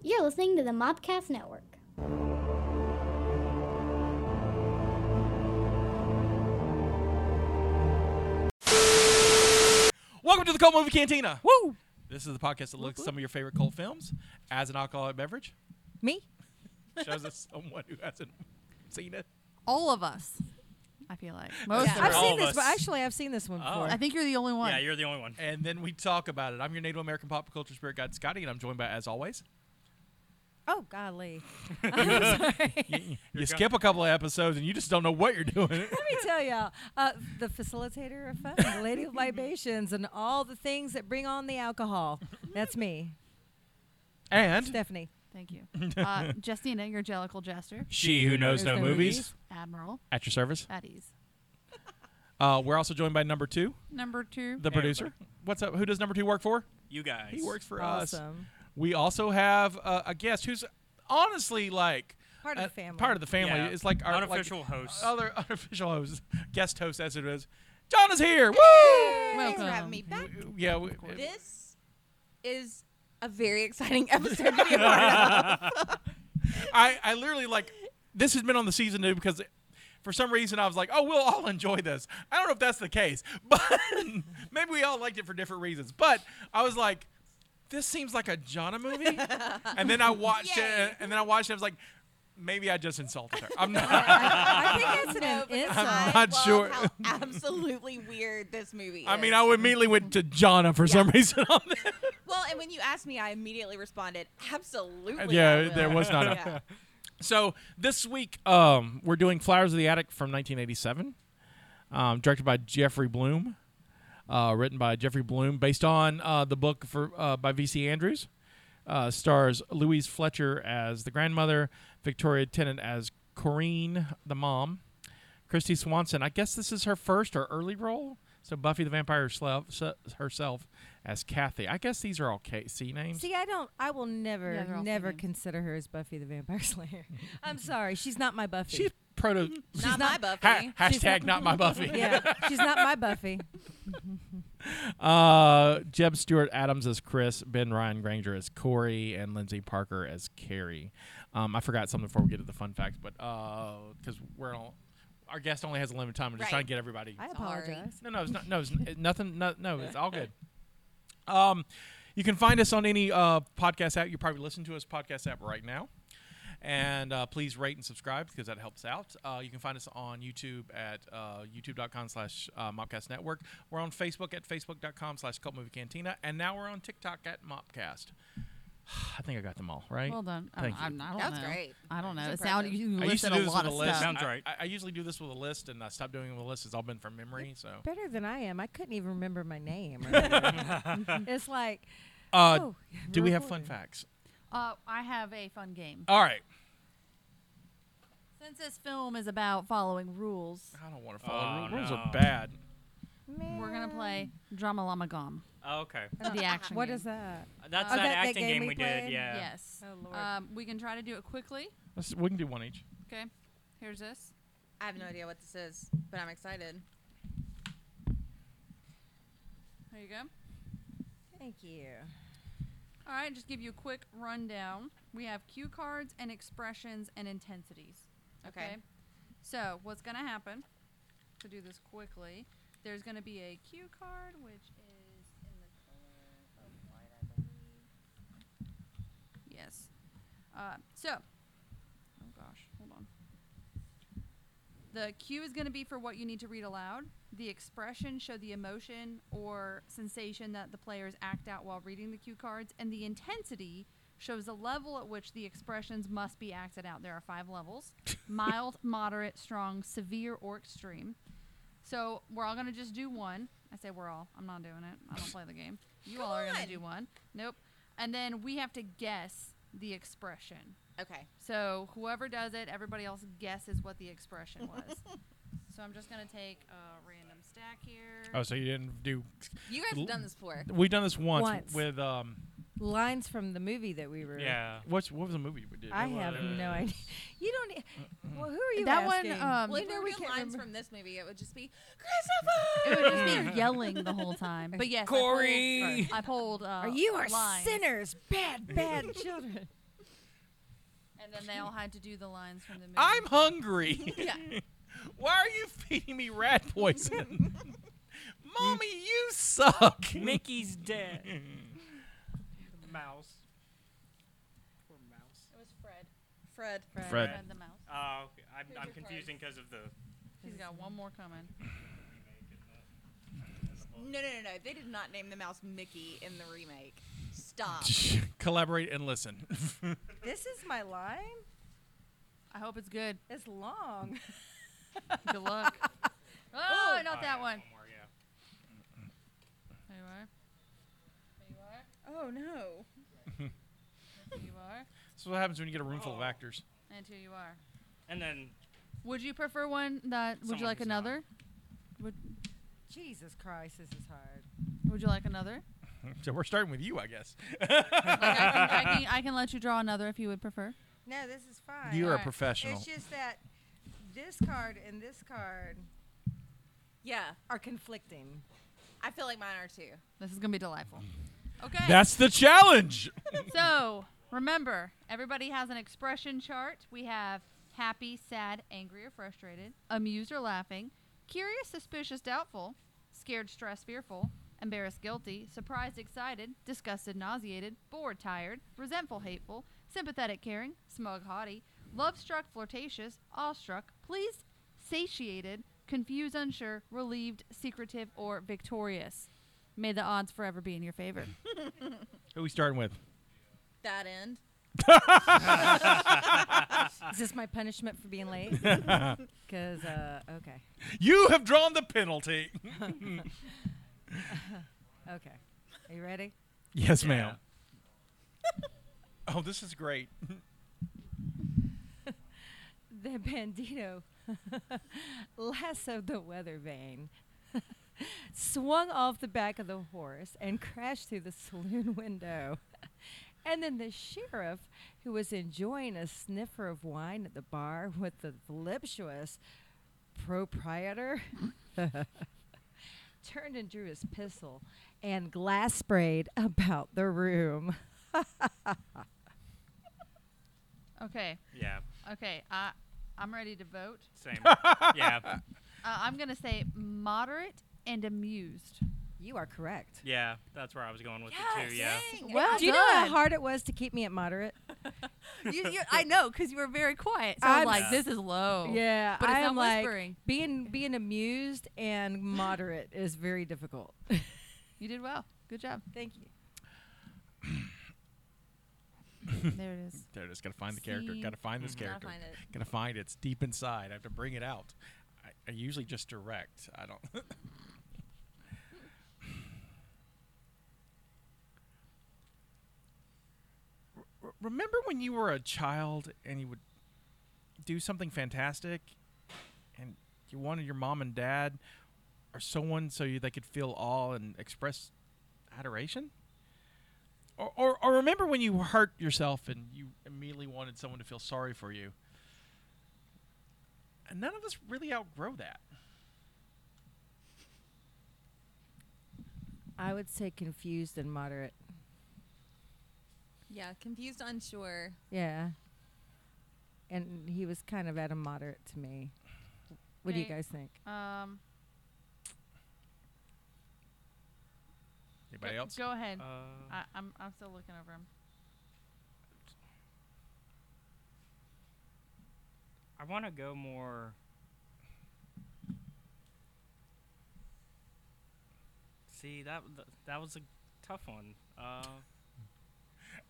You're listening to the Mobcast Network. Welcome to the Cult Movie Cantina. Woo! This is the podcast that looks at some of your favorite cult films as an alcoholic beverage. Me? Shows us someone who hasn't seen it. All of us. I feel like most Yeah, of I've us. all seen of this, us. but actually, I've seen this one Oh. before. I think you're the only one. Yeah, you're the only one. And then we talk about it. I'm your Native American pop culture spirit guide, Scotty, and I'm joined by, as always, oh, golly. you skip a couple of episodes and you just don't know what you're doing. Let me tell y'all, uh, the facilitator of fun, the lady of libations, and all the things that bring on the alcohol. That's me, and Stephanie. Thank you. Uh, Justina, your jellical jester. she who knows no movies. Admiral at your service. at ease. Uh, we're also joined by number two, Number two. the Hey, producer. What's up? Who does number two work for? You guys. He works for us. Awesome. We also have uh, a guest who's honestly like Part of a- the family. Part of the family. Yeah. It's like our like, Unofficial host. Other unofficial host, guest host as it is. John is here. Woo! Thanks for Welcome. having me back. Yeah. We, This is a very exciting episode to be a part of. I I literally like this has been on the season new because. for some reason, I was like, "Oh, we'll all enjoy this." I don't know if that's the case, but maybe we all liked it for different reasons. But I was like, "This seems like a Jonna movie," and then I watched it, Yay. and then I watched it. I was like, "Maybe I just insulted her." I'm not. I, I think that's an But insult. I not love sure. How absolutely weird this movie. Is. I mean, I would immediately went to Jonna for some reason. On that. well, and when you asked me, I immediately responded, absolutely. Yeah, I will." there was not a- Yeah. So this week, um, we're doing Flowers of the Attic from 1987, um, directed by Jeffrey Bloom, uh, written by Jeffrey Bloom, based on uh, the book for uh, by V.C. Andrews. Uh, stars Louise Fletcher as the grandmother, Victoria Tennant as Corrine, the mom, Christy Swanson. I guess this is her first or early role. So Buffy the Vampire Slav- s- herself as Kathy. I guess these are all K- C names. See, I don't. I will never, Yeah, they're all never female. consider her as Buffy the Vampire Slayer. I'm sorry, she's not my Buffy. She's proto. Not my Buffy. Ha- She's hashtag not- not my Buffy. yeah, she's not my Buffy. Uh, Jeb Stewart Adams as Chris, Ben Ryan Granger as Corey, and Lindsay Parker as Carrie. Um, I forgot something before we get to the fun facts, but because we're all, our guest only has a limited time, we're just Right. trying to get everybody. I Sorry. apologize. no, no, it's not. No, it's n- nothing. No, no, it's all good. Um, you can find us on any uh, podcast app. You probably listen to us podcast app right now. And uh, please rate and subscribe because that helps out. Uh, you can find us on YouTube at uh, youtube.com slash uh, Mopcast Network. We're on Facebook at facebook.com slash Cult Movie Cantina. And now we're on TikTok at Mopcast. I think I got them all, right? Well done. Thank you. Oh, I'm, I'm, I don't That was know. great. I don't know. That's It sounded impressive. you I used to listed do a this with lot a of list. stuff. Sounds I- right. I, I usually do this with a list, and I stopped doing it with a list. It's all been from memory. So, Better than I am. I couldn't even remember my name. earlier. it's like, uh, oh, do we real have quick. fun facts? Uh, I have a fun game. All right. Since this film is about following rules, I don't want to follow. Oh, Uh, rules no. are bad. we're gonna play Drama Llama Gom, Oh, okay. the action. What game. is that? That's Oh, that, that- that acting game game we we did. played? Yeah. Yes. Oh, Lord. Um, we can try to do it quickly. Let's, we can do one each. Okay. Here's this. I have no idea what this is, but I'm excited. There you go. Thank you. All right, just give you a quick rundown. We have cue cards and expressions and intensities. Okay. Okay. So, what's going to happen to do this quickly? There's going to be a cue card, which is in the color of white, I believe. Yes. Uh, so, oh gosh, hold on. The cue is going to be for what you need to read aloud. The expression show the emotion or sensation that the players act out while reading the cue cards, and the intensity shows the level at which the expressions must be acted out. There are five levels: mild, moderate, strong, severe, or extreme. So we're all going to just do one. I say we're all. I'm not doing it. I don't play the game. You all are going on. to do one. Nope. And then we have to guess the expression. Okay. So whoever does it, everybody else guesses what the expression was. so I'm just gonna take a random stack here. Oh, so you didn't do? You guys L- have done this before. We've done this once, Once. with um. Lines from the movie that we were. Yeah. What's what was the movie we did? I It was- have no idea. You don't. e- Well, who are you that asking? one, um, Well, if you there know were we good can't lines remember. from this movie, it would just be Christopher. it would just be yelling the whole time. But yes, I polled- Corey! I pulled. Uh, Are you are lines. sinners, bad, bad children. And then they all had to do the lines from the movie. I'm hungry. Yeah. Why are you feeding me rat poison? Mommy, you suck. Mickey's dead. mouse. Or mouse. It was Fred. Fred. Fred. Fred. the mouse. Oh, okay. I'm, Who's I'm your confusing because of the. He's got one more coming. No, no, no, no. They did not name the mouse Mickey in the remake. Stop. Collaborate and listen. This is my line. I hope it's good. It's long. Good luck. oh, not Oh, that yeah, one. more, yeah. There you are. There you are. Oh no. There you are. That's what happens when you get a room full of Oh. actors. And here you are. And then Would you prefer one that? Would you Someone like who's not. another? Jesus Christ, this is hard. Would you like another? So we're starting with you, I guess. like I, can, I, can, I can let you draw another if you would prefer. No, this is fine. You are a Alright. professional. It's just that this card and this card Yeah, are conflicting. I feel like mine are too. This is gonna be delightful. Okay. That's the challenge. so remember, everybody has an expression chart. We have happy, sad, angry, or frustrated, amused or laughing, curious, suspicious, doubtful, scared, stressed, fearful, embarrassed, guilty, surprised, excited, disgusted, nauseated, bored, tired, resentful, hateful, sympathetic, caring, smug, haughty, love struck, flirtatious, awestruck, pleased, satiated, confused, unsure, relieved, secretive, or victorious. May the odds forever be in your favor. Who are we starting with? That end. Ah. Is this my punishment for being late? Because, uh, okay. You have drawn the penalty. Okay. Are you ready? Yes, Yeah. ma'am. oh, this is great. The bandito lassoed the weather vane, swung off the back of the horse, and crashed through the saloon window. And then the sheriff, who was enjoying a sniffer of wine at the bar with the voluptuous proprietor, turned and drew his pistol and glass sprayed about the room. Okay. yeah, Okay, I I'm ready to vote. same. yeah, Uh, I'm gonna say moderate and amused. You are correct. yeah. That's where I was going with the two. Yeah. dang. Well Do you know how done. hard it was to keep me at moderate? you, you, I know because you were very quiet. So I was I'm- like, this is low. Yeah, but it's I not am like whispering. being being amused and moderate is very difficult. You did well. Good job. Thank you. there it is. There it is. Got to find the character. See. Got to find this Mhm. character. Mm-hmm. find it. Got to find it. It's deep inside. I have to bring it out. I, I usually just direct. I don't. R- Remember when you were a child and you would do something fantastic and you wanted your mom and dad or someone so you, they could feel awe and express adoration? Or, or, or remember when you hurt yourself and you immediately wanted someone to feel sorry for you? And none of us really outgrow that. I would say confused and moderate. Yeah, confused, unsure. Yeah. And he was kind of at a moderate to me. What do Okay. you guys think? Um, Anybody go, else? Go ahead. Uh, I, I'm I'm still looking over him. I want to go more. See that th- that was a tough one. Uh,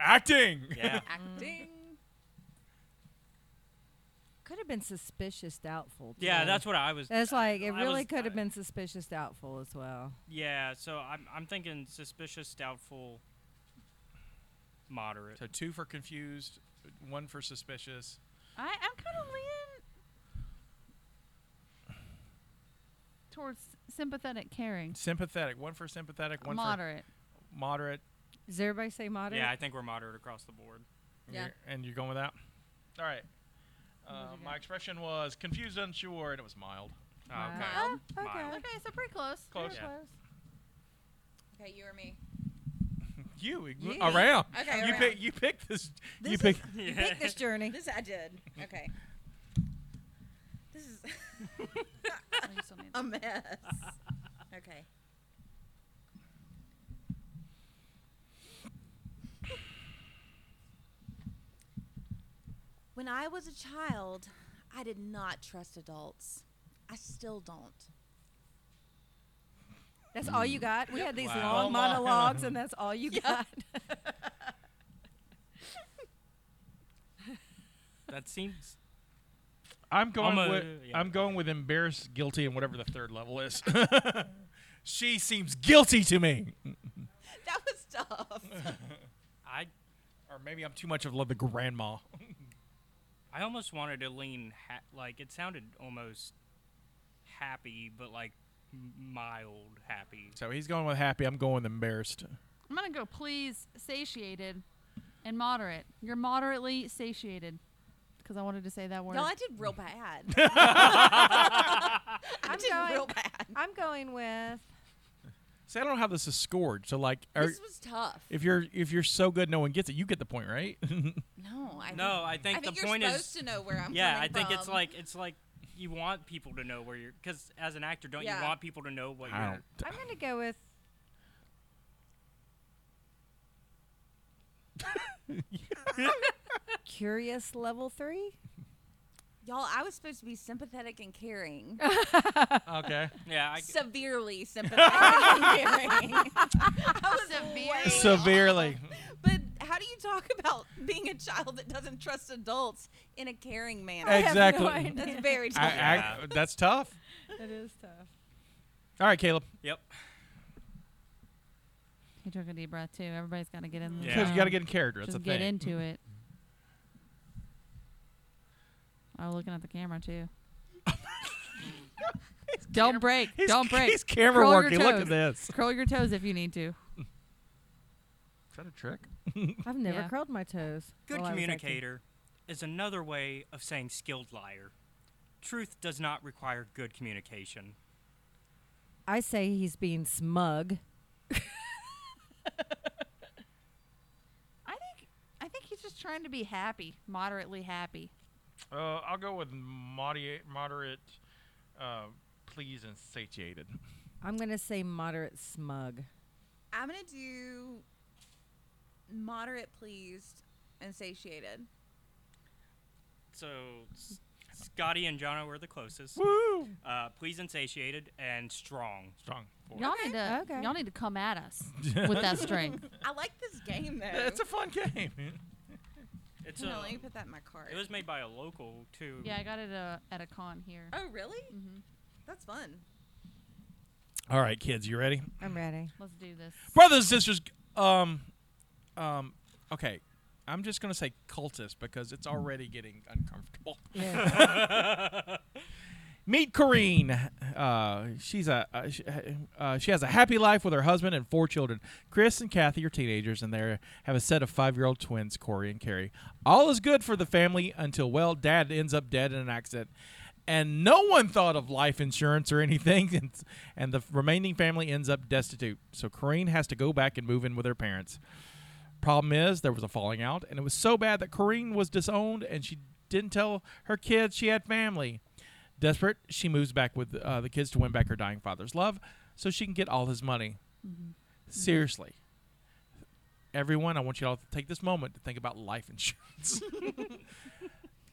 Acting. yeah. Mm. Acting. Could have been suspicious, doubtful. Yeah, too. that's what I was. That's like I it was- really could I- have been suspicious, doubtful as well. Yeah, so I'm I'm thinking suspicious, doubtful, moderate. So two for confused, one for suspicious. I I'm kind of leaning towards sympathetic, caring, Sympathetic. One for sympathetic. One moderate. for moderate. Does everybody say moderate? Yeah, I think we're moderate across the board. And Yeah. you're- And you're going with that? All right. Uh, you my got? expression was confused, unsure, and it was mild. Oh, Wow. okay. Ah, Okay. Mild. okay, so pretty close. Close. Pretty Yeah. close. Okay, you or me. you ign- Yeah. around. Okay, you around. pick. You pick this. you This pick. You pick this journey. This I did. Okay. This is Oh, you still need a it. mess. Okay. When I was a child, I did not trust adults. I still don't. That's all you got. We had these Wow. long monologues, and that's all you got. That seems. I'm going. I'm a- with, yeah. I'm going with embarrassed, guilty, and whatever the third level is. she seems guilty to me. That was tough. I Or maybe I'm too much of the grandma. I almost wanted to lean ha- like it sounded almost happy, but like m- mild happy. So he's going with happy. I'm going with embarrassed. I'm gonna go. Please, satiated, and moderate. You're moderately satiated, because I wanted to say that word. no, I did real bad. I I'm did going. real bad. I'm going with. See, I don't know how this is scored. So like, are, this was tough. if you're if you're so good, no one gets it. You get the point, right? No, I No, I Think, think I think the you're point supposed is to know where I'm yeah. I coming think it's from. like it's like you want people to know where you're because as an actor, don't Yeah. you want people to know what I you're? don't- I'm going to go with. Curious level three. y'all. I was supposed to be sympathetic and caring, okay. Yeah, I, severely sympathetic and caring. severe. way- Severely. But how do you talk about being a child that doesn't trust adults in a caring manner? I have no Exactly. idea. That's very I, tough. I, that's tough. That is tough. All right, Caleb. yep. He took a deep breath too. Everybody's gotta get in. the Yeah. Because you got to zone. get in character. That's Just the thing. get into it. I'm looking at the camera too. Don't break. He's- Don't break. He's camera Curl your working. Look at toes. this. Is Curl your toes if you need to. that a trick? I've never Yeah. curled my toes. Good while I was acting. communicator is another way of saying skilled liar. Truth does not require good communication. I say he's being smug. I think I think he's just trying to be happy, moderately happy. Uh, I'll go with moderate, moderate, uh, pleased and satiated. I'm going to say moderate smug. I'm gonna do moderate, pleased, and satiated. So S- Scotty and Jono were the closest. Woo! Uh, pleased and satiated and strong. Strong. Four. Y'all need to Okay. y'all need to come at us with that strength. I like this game though. It's a fun game. It's Hold on, a, let me put that in my card. it was made by a local too. yeah, I got it uh, at a con here. oh really? Mm-hmm. hmm That's fun. All right, kids, you ready? I'm ready. Let's do this. Brothers and sisters, um, um, okay. I'm just gonna say cultist because it's already getting uncomfortable. Yeah. Meet Corrine. Uh, she's a uh, sh- uh, she has a happy life with her husband and four children. Chris and Kathy are teenagers, and they have a set of five-year-old twins, Corey and Carrie. All is good for the family until well, Dad ends up dead in an accident, and no one thought of life insurance or anything, and, and the remaining family ends up destitute. So Corrine has to go back and move in with her parents. Problem is, there was a falling out, and it was so bad that Corrine was disowned, and she didn't tell her kids she had family. Desperate, she moves back with uh, the kids to win back her dying father's love, so she can get all his money. Mm-hmm. Seriously, everyone, I want you all to take this moment to think about life insurance.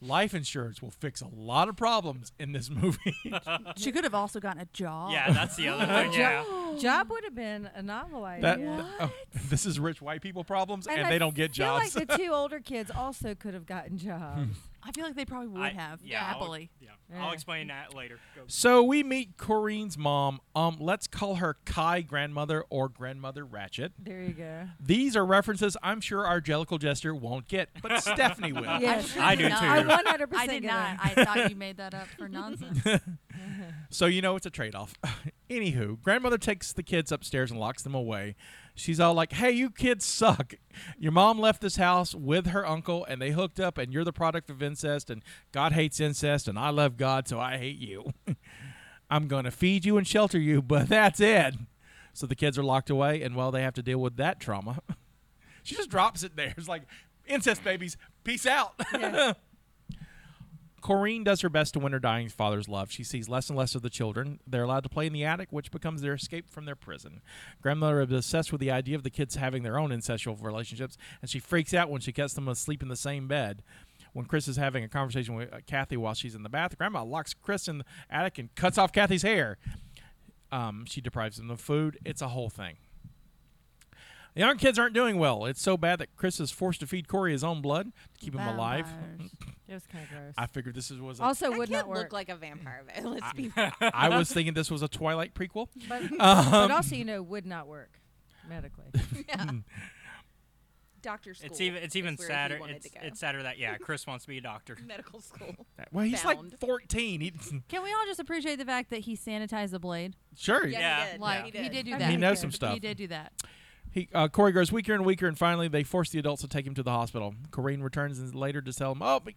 life insurance will fix a lot of problems in this movie. She could have also gotten a job. Yeah, that's the other thing. Oh, Yeah. Job would have been a novel idea. That- oh, this is rich white people problems, and, I they don't get feel jobs. like the two older kids also could have gotten jobs. I feel like they probably would I- have. yeah, I'll- happily. yeah. Yeah. I'll explain that later. Go. So we meet Corrine's mom. Um, let's call her Kai grandmother or grandmother Ratchet. there you go. These are references I'm sure our Jellicle Jester won't get, but Stephanie will. I'm Yes. sure I you do not. too. I 100% I did get not. it. I thought you made that up for nonsense. So you know it's a trade-off. Anywho, grandmother takes the kids upstairs and locks them away. She's all like, "Hey, you kids suck. Your mom left this house with her uncle, and they hooked up, and you're the product of incest, and God hates incest, and I love God, so I hate you. I'm gonna feed you and shelter you, but that's it." So the kids are locked away, and well, they have to deal with that trauma. She just drops it there. It's like incest babies. Peace out. Yeah. Corrine does her best to win her dying father's love. She sees less and less of the children. They're allowed to play in the attic, which becomes their escape from their prison. Grandmother is obsessed with the idea of the kids having their own incestual relationships, and she freaks out when she gets them asleep in the same bed. When Chris is having a conversation with uh, Kathy while she's in the bath, Grandma locks Chris in the attic and cuts off Kathy's hair. Um, she deprives them of food. It's a whole thing. The young kids aren't doing well. It's so bad that Chris is forced to feed Corey his own blood to keep him alive. Vampires. It was kind of gross. I figured this is- was a also, That would kid not work. looked like a vampire. but Let's be real. I was thinking this was a Twilight prequel. but, but also, you know, would not work medically. Doctor school. It's even it's is even where he sadder. wanted It's, to go. it's sadder that yeah, Chris wants to be a doctor. medical school. Well, he's Bound. like 14. He, Can we all just appreciate the fact that he sanitized the blade? sure. Yeah, Yeah. He did. Like he he did. did do I that. mean, he He knows did. some stuff. He did do that. He, uh, Corey grows weaker and weaker, and finally they force the adults to take him to the hospital. Corrine returns and later to tell him, "Oh, but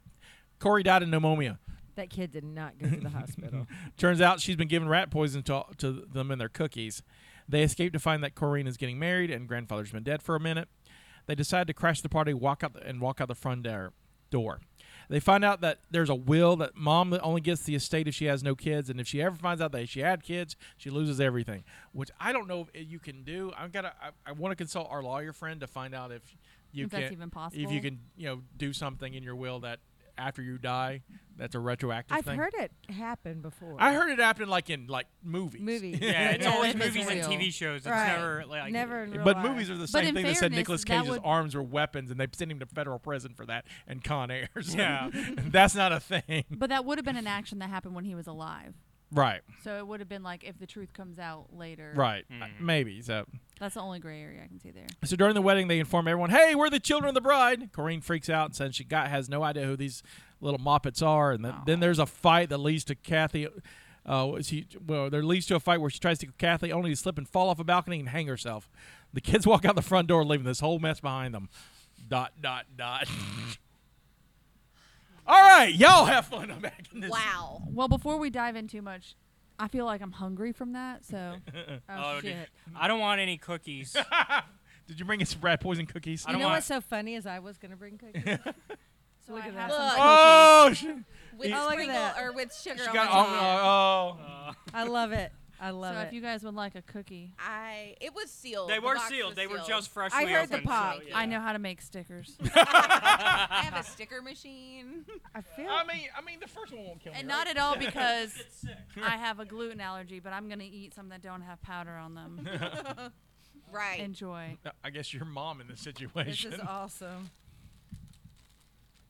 Corey died of pneumonia." that kid did not go to the hospital. Turns out she's been giving rat poison to, to them in their cookies. They escape to find that Corrine is getting married and grandfather's been dead for a minute. They decide to crash the party, walk out the, and walk out the front door. Door. They find out that there's a will that mom only gets the estate if she has no kids, and if she ever finds out that she had kids, she loses everything. Which I don't know if you can do. I'm gonna. I, I want to consult our lawyer friend to find out if you If can that's even If possible. you can, you know, do something in your will that after you die, that's a retroactive I've thing. heard it happen before. I heard it happen like in like movies. movies. Yeah, it's always that doesn't movies and real. TV shows. It's Right. never like never. In real but life. movies are the same in thing that said fairness, Nicolas that Cage's would- arms were weapons and they sent him to federal prison for that and Con Air. So Yeah. that's not a thing. But that would have been an action that happened when he was alive. Right. So it would have been like if the truth comes out later. Right. Mm. Maybe. So That's the only gray area I can see there. so during the wedding they inform everyone, Hey, we're the children of the bride. Corrine freaks out and says she got has no idea who these little moppets are and then, then there's a fight that leads to Kathy uh, she, well, there leads to a fight where she tries to kill Kathy only to slip and fall off a balcony and hang herself. The kids walk out the front door, leaving this whole mess behind them. Dot, dot, dot. All right, y'all have fun. I'm back in this. Wow. Well, before we dive in too much, I feel like I'm hungry from that. So, oh, Oh, shit. dude. I don't want any cookies. Did you bring us rat poison cookies? I You don't know want- what's so funny is I was gonna bring cookies. So Look I at have that. some Look. cookies. Oh, she, With Oh, look at sprinkle that. or with sugar she on got the all. top. Oh, oh. Uh, I love it. I love so it. if you guys would like a cookie, I. It was sealed. they The were box sealed. was They were just freshly I heard the opened, so, pop. yeah. I know how to make stickers. I have a sticker machine. I feel I mean, I mean, the first one won't kill me. and right? not at all because It's sick. I have a gluten allergy, but I'm going to eat some that don't have powder on them. Right. Enjoy. No, I guess your mom in this this is situation. awesome.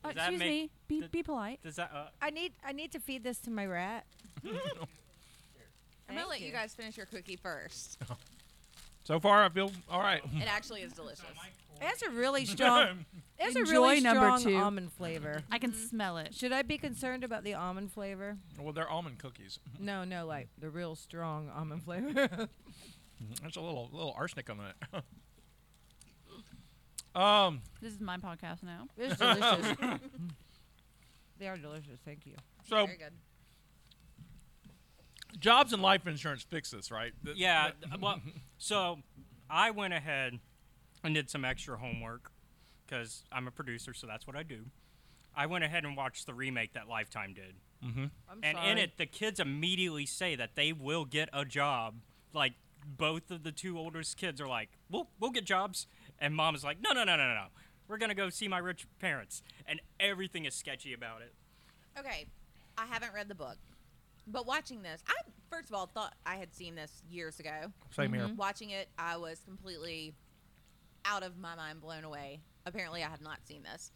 Oh, that excuse make- me. Be, th- be polite. Does that? Uh, I need I need to feed this to my rat. I'm gonna Thank let you. you. guys finish your cookie first. So far, I feel all right. It actually is delicious. That's a really strong. It's a really Enjoy number strong two. almond flavor. I can smell it. Should I be concerned about the almond flavor? Well, they're almond cookies. No, no, like the real strong almond flavor. There's a little little arsenic on that. um, This is my podcast now. it's delicious. they are delicious. Thank you. so Very good. jobs and life insurance fix this, right? Th- yeah. th- well, so I went ahead and did some extra homework because I'm a producer, so that's what I do. I went ahead and watched the remake that Lifetime did, I'm and in it, the kids immediately say that they will get a job. Like both of the two oldest kids are like, "We'll we'll get jobs," and mom is like, "No, no, no, no, no, no. We're gonna go see my rich parents," and everything is sketchy about it. Okay, I haven't read the book, but watching this, I first of all thought I had seen this years ago. Same Mm-hmm. Mm-hmm. here. Watching it, I was completely out of my mind, blown away. Apparently, I have not seen this.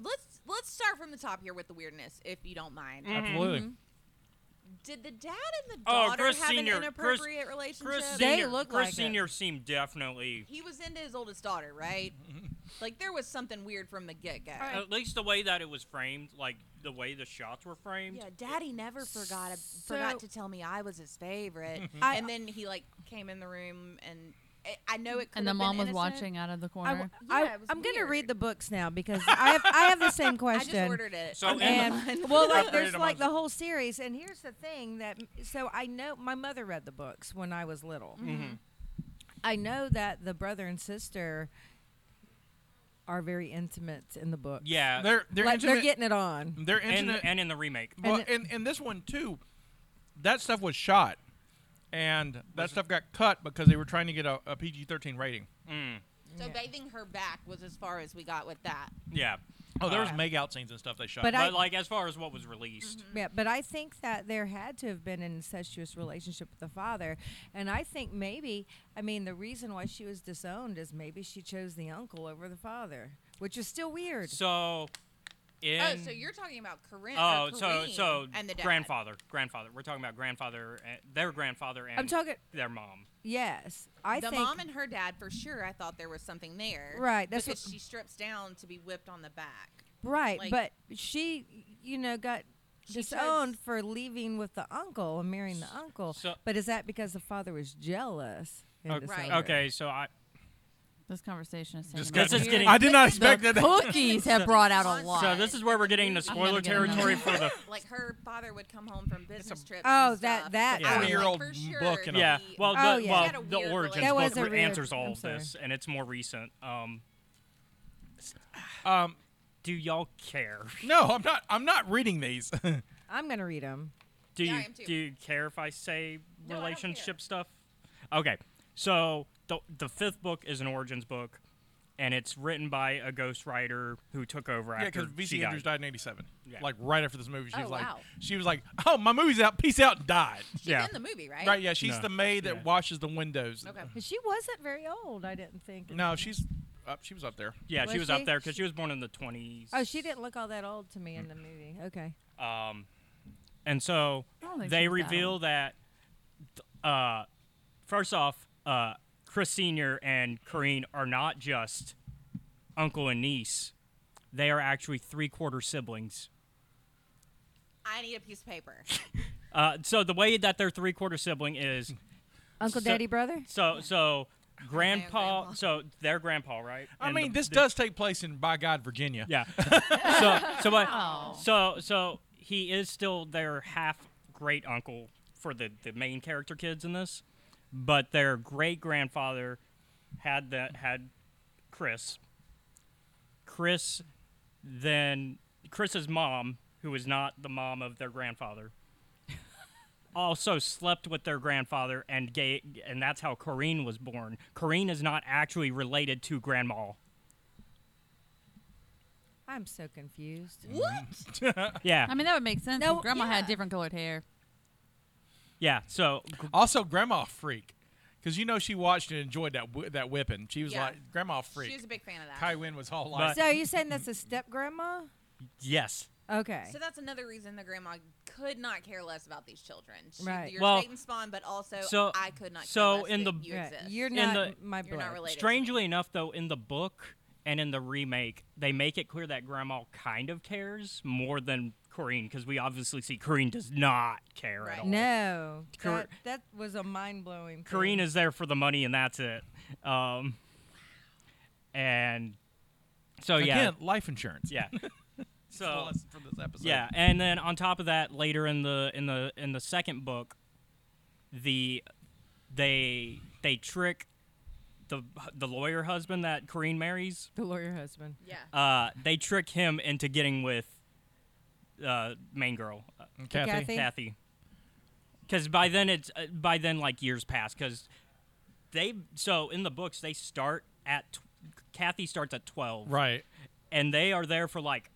Let's let's start from the top here with the weirdness, if you don't mind. Absolutely. Mm-hmm. Did the dad and the Mm. Oh, daughter Chris have Senior, an Chris- inappropriate relationship? Chris They Senior, look Chris like it. Senior seemed definitely he was into his oldest daughter, right? like there was something weird from the get go. At least the way that it was framed, like the way the shots were framed. Yeah, Daddy never forgot So- forgot to tell me I was his favorite, I- and then he like came in the room and eh, I- I know it. Could And the have mom been was innocent. watching out of the I, corner. w- Yeah, I, it was I'm gonna read weird. the books now because I have I have the same I just question. ordered it. So in the- and well, like Upgraded there's them like on- the whole series, and here's the thing that so I know my mother read the Mm-hmm. books when I was little. I know that the brother and sister are very intimate in the book. Yeah, Uh, They're they're like intimate, they're getting it on. they're and, intimate, and in the remake. well, and- and, and this one too, that stuff was shot, and that stuff got cut because they were trying to get a, a PG thirteen rating. Mm, So bathing her back was as far as we got with that. yeah, Oh, there was Uh, make out scenes and stuff they shot. But I- Mm-hmm. but like as far as what was released, Yeah, but I think that there had to have been an incestuous relationship with the father, and I think maybe, I mean, the reason why she was disowned is maybe she chose the uncle over the father, which is still weird. so in oh, so you're talking about Corinne? oh or so Kareem so and the dad. grandfather, grandfather. We're talking about grandfather, and their grandfather, and I'm talking. their mom. Yes, I the think. mom and her dad for sure. I thought there was something there. Right, that's because what- she strips down to be whipped on the back. right, like- but she, you know, got She disowned chose- for leaving with the uncle and marrying the uncle. so- but is that because the father was jealous? and Okay, disowned her? Okay, so I This conversation is taking Just a this is weird- getting I did not The expect that. cookies have brought out a So lot. so this is where we're getting into I'm gonna spoiler get another territory for one. the Like her father would come home from business trips. Oh, and that- stuff. that- I was like, 40-year-old for sure book and a- yeah. he- Well, Oh, the, yeah. well, Had a the weird origins That was book a re- weird- answers all I'm of this, and it's more recent. Um, Um, do y'all care? no, I'm not. I'm not reading these. I'm gonna read them. Do Yeah, I you am too. do you care if I say No, I don't relationship care. stuff? Okay, so the the fifth book is an origins book, and it's written by a ghostwriter who took over Yeah, after because VC she Andrews died. died in '87, Yeah. like right after this movie. She Oh, was like, wow. she was like, "Oh, my movie's out. Peace out," and died. She's yeah. in the movie, right? Right? Yeah, she's No. the maid that Yeah. washes the windows. Okay. But she wasn't very old, I didn't think. No, she's up. She was up there. Yeah, she Was was up she? there because she was born in the twenties. Oh, she didn't look all that old to me in the movie. Okay. Um, and so I Oh, don't think they she's that reveal old. that, uh, first off, uh, Chris Senior and Corrine are not just uncle and niece; they are actually three quarter siblings. I need a piece of paper. Uh, so the way that they're three quarter sibling is Uncle So- Daddy Brother? so so Grandpa. grandpa so their grandpa right I And mean, the- this the- does take place in, by God, Virginia. yeah so so but Oh. so so he is still their half great uncle for the the main character kids in this but their great grandfather had that had Chris Chris then Chris's mom who is not the mom of their grandfather also slept with their grandfather and gay and that's how Corrine was born. Corrine is not actually related to grandma. I'm so confused. what? Yeah. I mean, that would make sense. No, if Grandma yeah. had different colored hair. yeah. So Also, Grandma Freak, because you know she watched and enjoyed that whi- that whipping. She was Yeah. like, Grandma She was Freak. a big fan of that. Kai Wynn was all like, So you're saying that's a step grandma? yes. Okay. So that's another reason the grandma could not care less about these children. She, Right. You're Well, Satan spawn, but also so- I could not. Care so less in that the- you Right. exist. You're In not the- my You're blood. not related. Strangely enough, though, in the book and in the remake, they make it clear that Grandma kind of cares more than Corrine, because we obviously see Corrine does not care Right. at all. No. Cor- that, that was a mind blowing. Corrine is there for the money, and that's it. Um, and so oh, yeah, again, life insurance. yeah. That's the So lesson from this episode. Yeah, and then on top of that, later in the in the in the second book, the they they trick the the lawyer husband that Corrine marries. the lawyer husband. Yeah. Uh, they trick him into getting with uh, main girl uh, And Kathy. Kathy. Kathy. Because by then it's uh, by then like years pass. Because they so in the books they start at tw- Kathy starts at twelve, Right. and they are there for like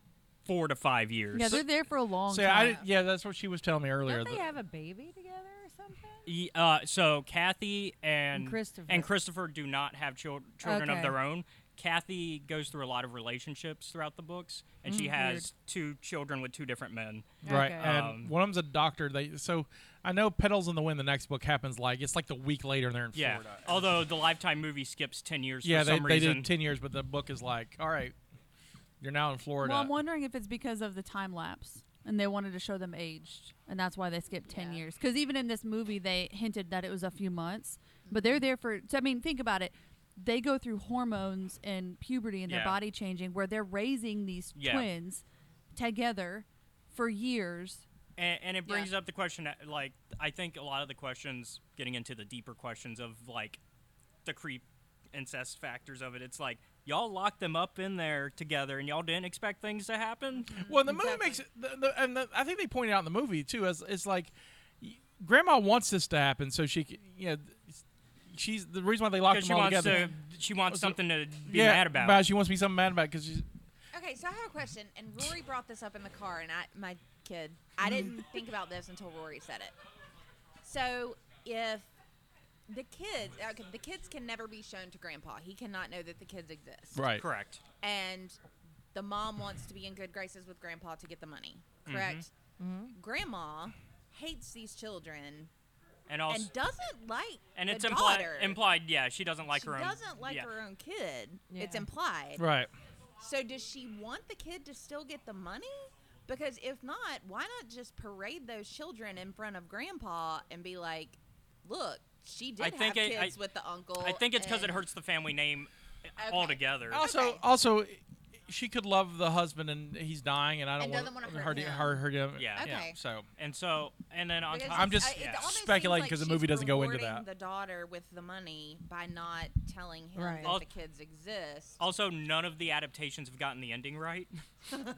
four to five years. Yeah, they're there for a long So time. I did, yeah, that's what she was telling me earlier. Don't they that- have a baby together or something? Ye- Uh, so Kathy and, And Christopher. and Christopher do not have chil- children Okay. of their own. Kathy goes through a lot of relationships throughout the books, and Mm, she has two children with two different men. Right, Okay. and Um, one of them's a doctor. They so I know "Petals in the Wind." The next book happens like it's like the week later, and they're in Yeah. Florida. Although the Lifetime movie skips ten years yeah, for they, some they reason. did ten years, but the book is like, all right, you're now in Florida. Well, I'm wondering if it's because of the time lapse and they wanted to show them aged, and that's why they skipped 10 Yeah. years. Because even in this movie, they hinted that it was a few months, but they're there for, so, I mean, think about it. They go through hormones and puberty and Yeah. their body changing where they're raising these Yeah. twins together for years. and, and it brings up the question, that, like I think a lot of the questions, getting into the deeper questions of like the creep incest factors of it. It's like y'all locked them up in there together and y'all didn't expect things to happen? Mm-hmm. Well, the movie makes it, the, the, and the, I think they pointed out in the movie too, as it's like, y- Grandma wants this to happen, so she, c- you know, th- she's the reason why they locked Because them she all wants together. to, she wants So- something to be yeah, mad about. she wants to be something mad about because she's Okay, so I have a question, and Rory brought this up in the car, and I, my kid, I didn't Mm-hmm. think about this until Rory said it. So if the kids, okay, the kids can never be shown to Grandpa. He cannot know that the kids exist. right. Correct. And the mom wants to be in good graces with Grandpa to get the money. Mm-hmm. Correct. Mm-hmm. Grandma hates these children And also, and doesn't like and the it's implied, daughter. implied. Yeah, she doesn't like she her own. doesn't like yeah. her own kid. It's Yeah. implied. Right. So does she want the kid to still get the money? Because if not, why not just parade those children in front of grandpa and be like, "Look, she did I think have it- I- kids with the uncle." I think it's because it and- hurts the family name Okay. altogether. Also, Okay. also, she could love the husband and he's dying, and I don't And want doesn't wanna her hurt to him. hurt, hurt him. Yeah. Okay. So And so, and then on Because top, I'm just- I- it yeah. almost seems speculating like 'cause the she's movie doesn't go into that. rewarding The daughter with the money by not telling him Right. that Al- the kids exist. also none of the adaptations have gotten the ending right.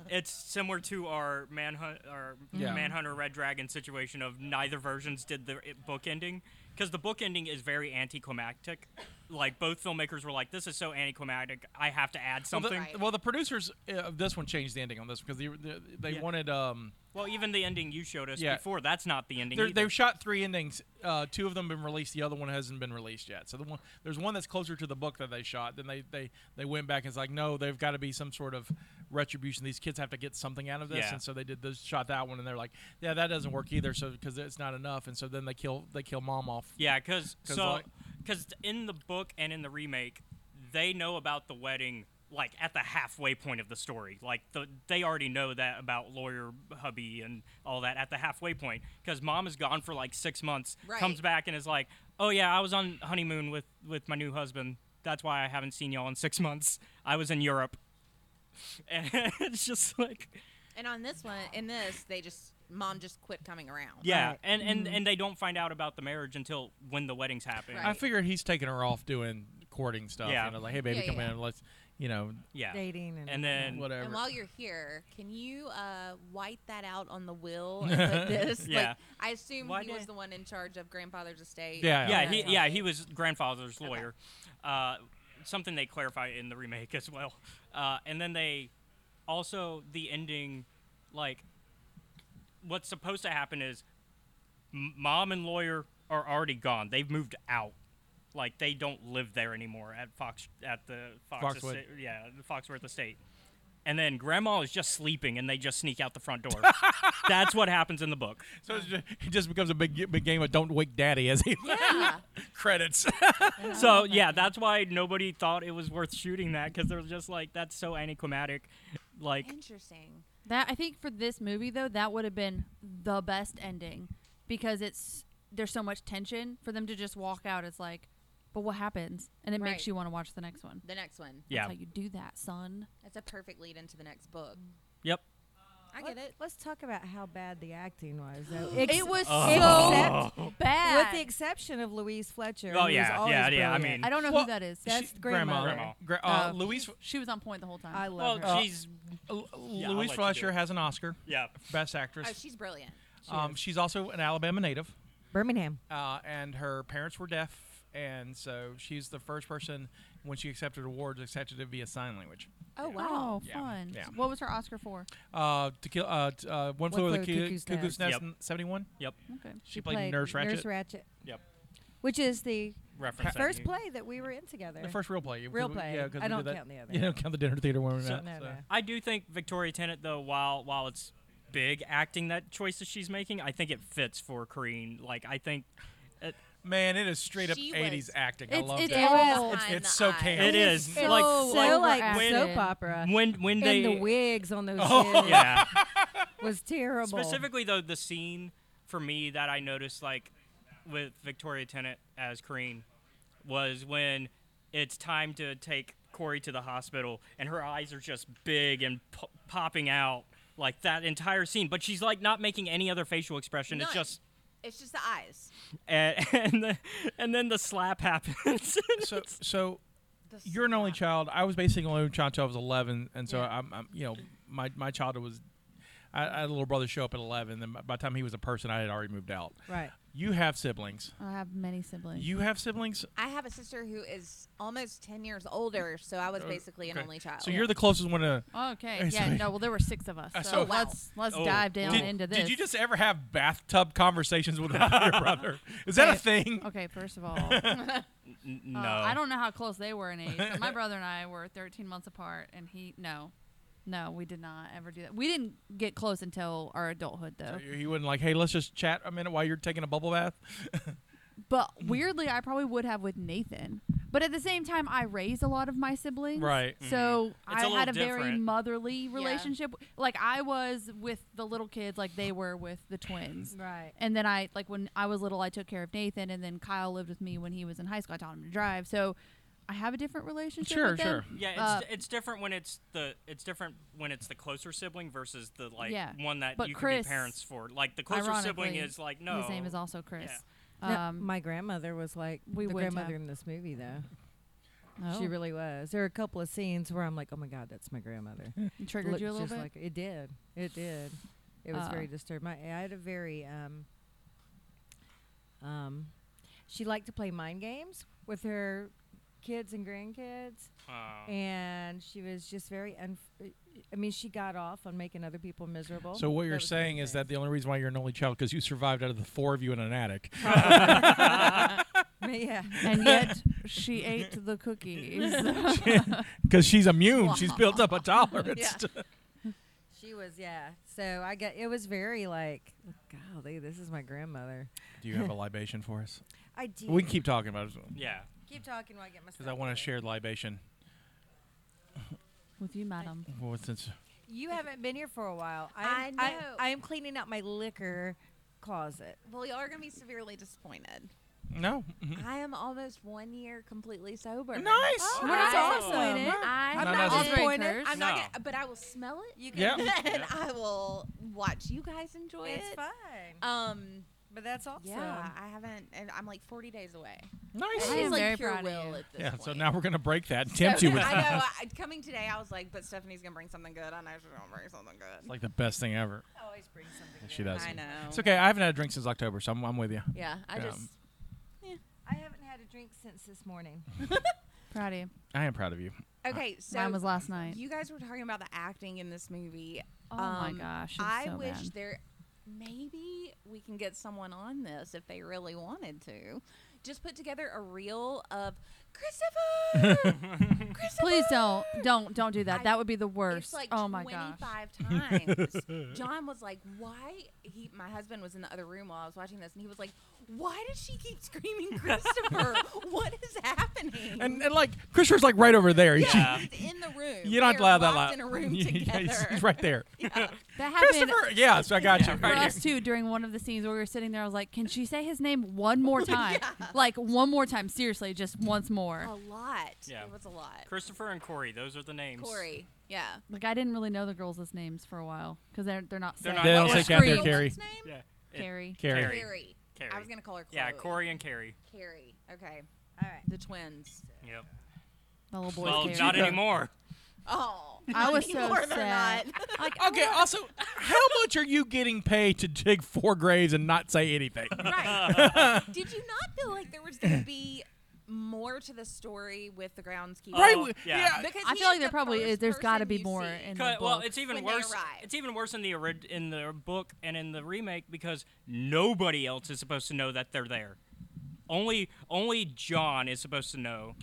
it's similar to our manhunt, our Yeah. Manhunter Red Dragon situation of neither versions did the it- book ending because the book ending is very anticlimactic. Like both filmmakers were like, "This is so anticlimactic. I have to add Well, the- something." Well, Right. Well, the, producers uh, of this one changed the ending on this because they they, they Yeah. wanted um even the ending you showed us Yeah. before, that's not the ending. they're- either. they've shot three endings. Uh, two of them been released. The other one hasn't been released yet. So the one there's one that's closer to the book that they shot. Then they they they went back and it's like no, they've got to be some sort of retribution. These kids have to get something out of this, Yeah. and so they did this shot that one, and they're like yeah, that doesn't work either. So because it's not enough, and so then they kill they kill mom off. Yeah, because 'Cause, so like- because in the book and in the remake, they know about the wedding like at the halfway point of the story. Like the they already know that about lawyer hubby and all that at the halfway point because mom is gone for like six months, comes Right. back and is like, oh yeah, I was on honeymoon with with my new husband. That's why I haven't seen y'all in six months. I was in Europe. And it's just like, And on this one, in this, they just mom just quit coming around. yeah, Right. and and and they don't find out about the marriage until when the wedding's happening. I Mm-hmm. Right. figured he's taking her off doing courting stuff. Yeah. You know, like hey baby, Yeah, come yeah. in and let's you know Yeah, Dating and, and then whatever. And while you're here, can you uh, white that out on the will and put this? Yeah. Like, I assume Why he was did- the one in charge of grandfather's estate. Yeah, yeah, Yeah, he, Okay. yeah, he was grandfather's lawyer. Uh, something they clarify in the remake as well. Uh, and then they also the ending, like what's supposed to happen is m- mom and lawyer are already gone. They've moved out. Like they don't live there anymore at Fox at the Fox Foxwood. Estate, yeah, the Foxworth Estate. And then grandma is just sleeping and they just sneak out the front door. That's what happens in the book. So it's ju- it just becomes a big big game of don't wake daddy as he Yeah. credits. So yeah, that's why nobody thought it was worth shooting that because they're just like that's so anticlimactic. Like Interesting. That I think for this movie though, that would have been the best ending because it's there's so much tension for them to just walk out. It's like, but what happens? And it Right. makes you want to watch the next one. The next one. yeah, That's how you do that, son. That's a perfect lead into the next book. yep. I Let- get it. Let's talk about how bad the acting was. Though. it was Oh. Oh. except so bad. with the exception of Louise Fletcher. Oh, who was yeah, always yeah, yeah, I brilliant. mean- I don't know Well, who that is. that's She- grandmother. Grandma. Gra- uh, Oh. Louise she was on point the whole time. I Well, love her. she's L- Yeah, I Louise like Fletcher you. has an Oscar, yeah. Best Oh, Actress. she's brilliant. um, she's also an Alabama native, Birmingham. uh, and her parents were deaf, and so she's the first person when she accepted awards accepted to be a sign language. Oh Wow, Yeah, fun. yeah. What was her Oscar for? Uh, to kill, uh, t- uh, one flew over the Cuckoo's, Cuckoo's Nest, Yep. in seventy-one. Yep. Okay. She, played, Nurse Ratchet, Nurse Ratchet. Yep. Which is the Reference. that first you- play that we were in together. the first real play. Real 'cause we- play. Yeah, 'cause I we don't did that- count the other. You don't count the dinner theater when we So- met. no, so. no. I do think Victoria Tennant though, while while it's big acting that choices she's making, I think it fits for Corrine. Like I think it, Man, it is straight up She was- '80s acting. I It's- love it's that. awful. Oh, Behind It's the so eyes. camp. it is, so like so like like when- soap opera. when when and they Oh, the wigs on those kids yeah. was terrible. Specifically, though, the scene for me that I noticed, like with Victoria Tennant as Corrine, was when it's time to take Corey to the hospital, and her eyes are just big and po- popping out like that entire scene. But she's like not making any other facial expression. It's None. just It's just the eyes. and and, the, and then the slap happens. so so this you're an only not- child. I was basically an only child until I was 11, and so Yeah. I'm, I'm, you know, my my childhood was. I, I had a little brother show up at 11, and by- by the time he was a person, I had already moved out. Right. You have siblings. I have many siblings. You have siblings. I have a sister who is almost 10 years older, so I was Oh, basically an okay. only child. So you're the closest one to. Okay. Hey, yeah. sorry. No. Well, there were six of us. I So saw- Wow. let's let's Oh, dive down did, into this. did you just ever have bathtub conversations with your brother? Is that a thing? Okay. First of all, uh, N- no. I don't know how close they were in age, but my brother and I were 13 months apart, and he no, no, we did not ever do that. We didn't get close until our adulthood, though. He wouldn't like, hey, let's just chat a minute while you're taking a bubble bath. But Mm. weirdly, I probably would have with Nathan. But at the same time, I raised a lot of my siblings. Right. So I It's a had a little very different. motherly relationship. Like I was with the little kids, like they were with the twins. Right. And then I, like when I was little, I took care of Nathan, and then Kyle lived with me when he was in high school. I taught him to drive. So I have a different relationship. Sure, with them. sure. Yeah, it's, Uh, di- it's different when it's the it's different when it's the closer sibling versus the like Yeah. one that But you Chris, could be parents for. Like the closer sibling ironically, is like no. His name is also Chris. Um, my grandmother was like we the would grandmother have- in this movie, though. oh, She really was. There are a couple of scenes where I'm like, "Oh my God, that's my grandmother." triggered Looked you a little just bit. Like, it did. It did. It was Uh. very disturbing. I, I had a very um, um, she liked to play mind games with her kids and grandkids, Oh. Eh. and she was just very. Unf- I mean, she got off on making other people Oh, miserable. So what That you're was one of saying the is that things. the only reason why you're an only child because you survived out of the four of you in an attic. yeah, and yet she ate the cookies. Because she's immune. She's built up a tolerance. to- she was. Yeah. So I got. It was very like, golly, this is my grandmother. Do you have a libation for us? I do. We can keep talking about it Yeah. keep talking while I get my. because I want a shared libation. with you, madam. Well, since You haven't been here for a while. I I'm- know. I, am cleaning out my liquor closet. well, y'all are going to be severely disappointed. no, Mhm. I am almost one year completely sober. nice. Well, that's I- awesome. Right. I, I'm not did- disappointed. I'm No. not, gonna, but I will smell it. You can- Yeah. and I will watch you guys enjoy It's it. fine. Um, But that's awesome. yeah, I haven't, and I'm like 40 days away. nice. I She's am like very pure proud of will you. at this Yeah. point. So now we're gonna break that and tempt you with I know. I, coming today, I was like, but Stephanie's gonna bring something good. I know she's gonna bring something good. like the best thing ever. Oh, always bring something. She does. I know. It's okay. I haven't had a drink since October, so I'm, I'm with you. Yeah, I Yeah. just. I haven't had a drink since this morning. Proud of you. I am proud of you. Okay, so Mine was last night. you guys were talking about the acting in this movie. oh my Um, gosh. I wish there. Maybe we can get someone on this if they really wanted to. Just put together a reel of Christopher. Christopher. Please don't, don't, don't do that. I- that would be the worst. It's like oh my gosh. 25 times. John was like, "Why?" He, my husband was in the other room while I was watching this, and he was like, "Why does she keep screaming, Christopher? what is happening?" And, and like Christopher's like right over there. She- Yeah. He's in the room. you don't have They're to allow that locked loud. In a room Yeah, he's- together. he's right there. That happened Christopher. Yes, I got you. for Right us too during one of the scenes where we were sitting there. I was like, "Can she say his name one more time? Like one more time? Seriously, just once more." A lot. Yeah. It was a lot. Christopher and Corey, those are the names. Corey. Yeah. Like I didn't really know the girls' names for a while because they're they're not. They're said. not- They don't Yeah. say Catherine Scream. Carey. What's name? Yeah. It- Carrie. Carrie. Carrie. Carrie. Carrie. I was gonna call her Chloe. Yeah, Corey and Carrie. Carrie. Okay. All right. The twins. Yep. The little boy. Well, Carrie. not anymore. Oh. I was so anymore, they're sad. not. Like, Okay. Also, how much are you getting paid to dig four graves and not say anything? Right. Did you not feel like there was going to be more to the story with the groundskeeper? Right. Oh, w- yeah. Because I he feel is like there the probably first is. There's got to person be you more see. in Cut- the well, book. it's even when they worse. arrive. It's even worse in the orig- in the book and in the remake because nobody else is supposed to know that they're there. Only only John is supposed to know.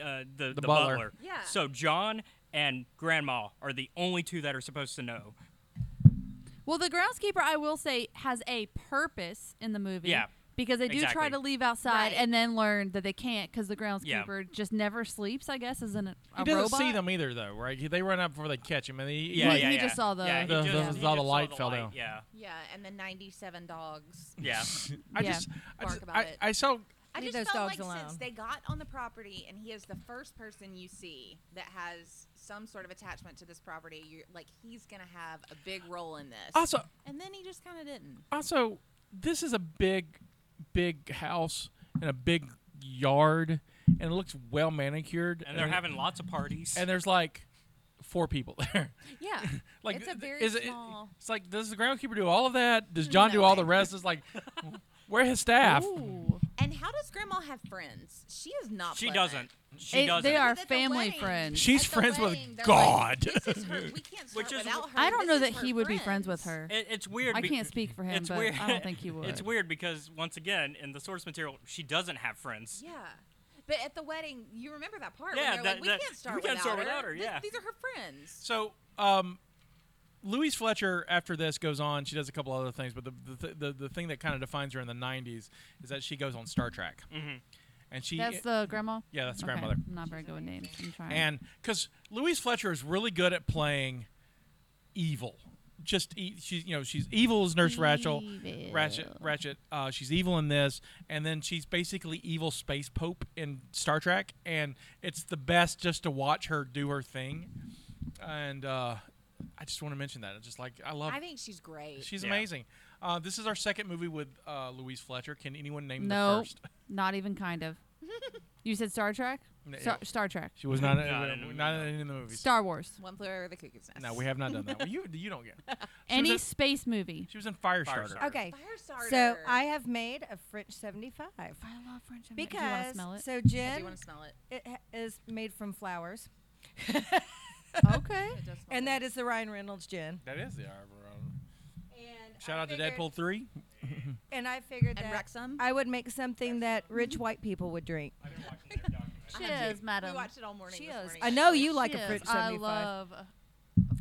Uh, the, the, butler. Yeah. So John and Grandma are the only two that are supposed to know. Well, the groundskeeper, I will say, has a purpose in the movie. Yeah, Because they do try exactly. to leave outside Right. and then learn that they can't because the groundskeeper just never sleeps, I guess, as an, a He doesn't robot. see them either, though, right? He- They run up before they catch him, and he, Yeah, He- yeah, he yeah. just saw the- yeah, he The- just- the- he saw just the light fell light, down. Yeah, Yeah, and the 97 dogs. yeah. I Yeah. just, I, Bark just about I, it. I saw. I Leave just those felt like dogs alone. since they got on the property and he is the first person you see that has some sort of attachment to this property, you're like he's going to have a big role in this. Also, and then he just kind of didn't. also, this is a big, big house and a big yard, and it looks well manicured. and they're having lots of parties. and there's like four people there. Yeah. like it's a th- very is it- small. it's like does the groundkeeper do all of that? Does John do No all the way. rest? It's like where his staff? Ooh. And how does Grandma have friends? She is not. she pleasant. doesn't. She It- doesn't. they are Because at the family wedding- friends. She's At the friends with wedding, they're God. Like, this is her. We can't start Which is- without her. I don't This know is that her he would be friends with her. It, it's weird. I be- can't speak for him, it's but weird. I don't think he would. It's weird because once again, in the source material, she doesn't have friends. Yeah. But at the wedding, you remember that part. Yeah, Yeah, that- like, we that- can't start we can't without start her. without her, This- yeah. these are her friends. So, um, Louise Fletcher, after this, goes on. She does a couple other things, but the the, th- the, the thing that kind of defines her in the '90s is that she goes on Star Trek, mm-hmm. and she That's the grandma? yeah, that's the Okay, grandmother. I'm not very good with names. I'm trying. and because Louise Fletcher is really good at playing evil. Just e- she's you know she's evil as Nurse Ratchet, Ratchet, Ratchet. Uh, she's evil in this, and then she's basically evil space pope in Star Trek, and it's the best just to watch her do her thing. And uh, I just want to mention that. I just like I love. I think she's great. she's Yeah. amazing. Uh, this is our second movie with uh, Louise Fletcher. Can anyone name the no, first? not even kind of. You said Star Trek? No, Star, yeah. Star Trek. She was not, Not in in, the- not in the movies. Star Wars. One flew over the cuckoo's nest. no, we have not done that. Well, you you don't get. She was Any in- space movie. She was in Firestarter. Firestarter. Okay. Firestarter. So I have made a French 75 I love French. Do you want to because smell it? so I do gin want to smell it. it ha- is made from flowers, okay. It does smell and good. that is the Ryan Reynolds gin. That is the Arborone. And Shout I out to figured- Deadpool 3. And I figured and that Wrexham. I would make something that rich white people would drink. Cheers, we madam. watched it all morning. She this is. morning, I know actually. Oh, you like a Cheers. French I 75. love.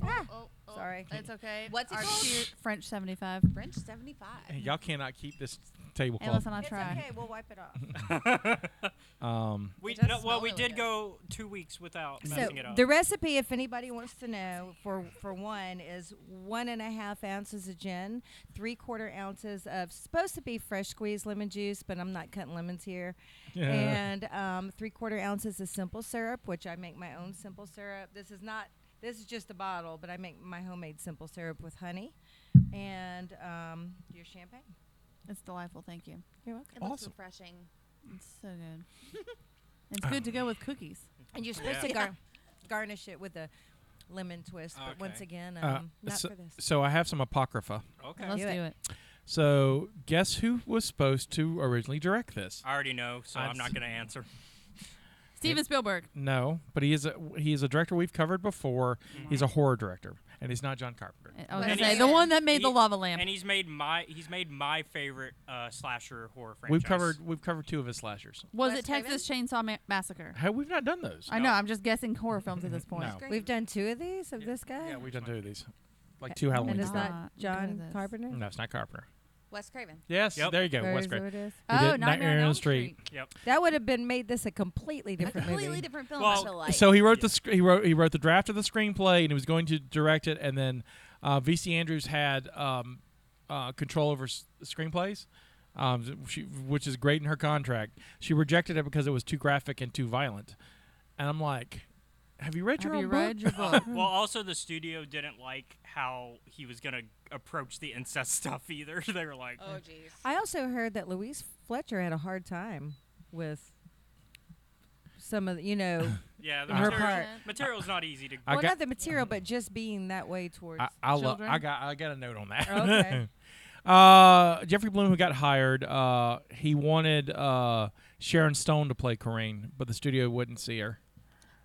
Ah, oh, oh, sorry. It's okay. What's it Our called? cheer- French 75. French seventy-five. Hey, y'all cannot keep this Hey, tablecloth. listen, I It's try. okay. We'll wipe it off. um, We does no, well, smell we really did good. go two weeks without So messing it up. the recipe, if anybody wants to know, for for one is one and a half ounces of gin, three quarter ounces of supposed to be fresh squeezed lemon juice, but I'm not cutting lemons here, Yeah. and um, three quarter ounces of simple syrup, which I make my own simple syrup. This is not this is just a bottle, but I make my homemade simple syrup with honey, and um, your champagne. It's delightful. Thank you. You're welcome. It looks Awesome. refreshing. It's so good. it's good to go with cookies. And you're supposed to gar- garnish it with a lemon twist, but once Okay. again, um, Uh, not so, for this. so I have some apocrypha. okay. Let's Do do it. it. So guess who was supposed to originally direct this? I already know, so I've I'm not s- going to answer. Steven Spielberg. No, but he is a he is a director we've covered before. He's a horror director, and he's not John Carpenter. I was And gonna he's- say the one that made the he- lava lamp. And he's made my he's made my favorite uh, slasher horror franchise. We've covered we've covered two of his slashers. Was Wes it Texas Chainsaw Ma- Massacre? Have we've not done those? I know. I'm just guessing horror films at this point. No. We've done two of these of this guy. Yeah, we've done two of these, like two Halloween. And it's Halloween. not Not good John at this. Carpenter. No, it's not Carpenter. Wes Craven. Yes, Yep. there you go. Or Wes is it Gray. what it is? He Oh, did Nightmare on Elm Street. Yep. That would have been made this a completely A different completely movie. different film. Well, I feel like. So he wrote the sc- he wrote he wrote the draft of the screenplay and he was going to direct it and then uh, VC Andrews had um, uh, control over s- screenplays, um, she, which is great in her contract. She rejected it because it was too graphic and too violent. And I'm like, have you read your Have you own read book? your book? Well, also the studio didn't like how he was going to approach the incest stuff either. they were like, oh jeez. I also heard that Louise Fletcher had a hard time with some of the, you know, yeah, the Her material, part. material's not easy to. I well, got- not the material, but just being that way towards. I, I, lo- Children? I got I got a note on that. Okay. uh, Jeffrey Bloom, who got hired, uh, he wanted uh, Sharon Stone to play Corrine, but the studio wouldn't see her.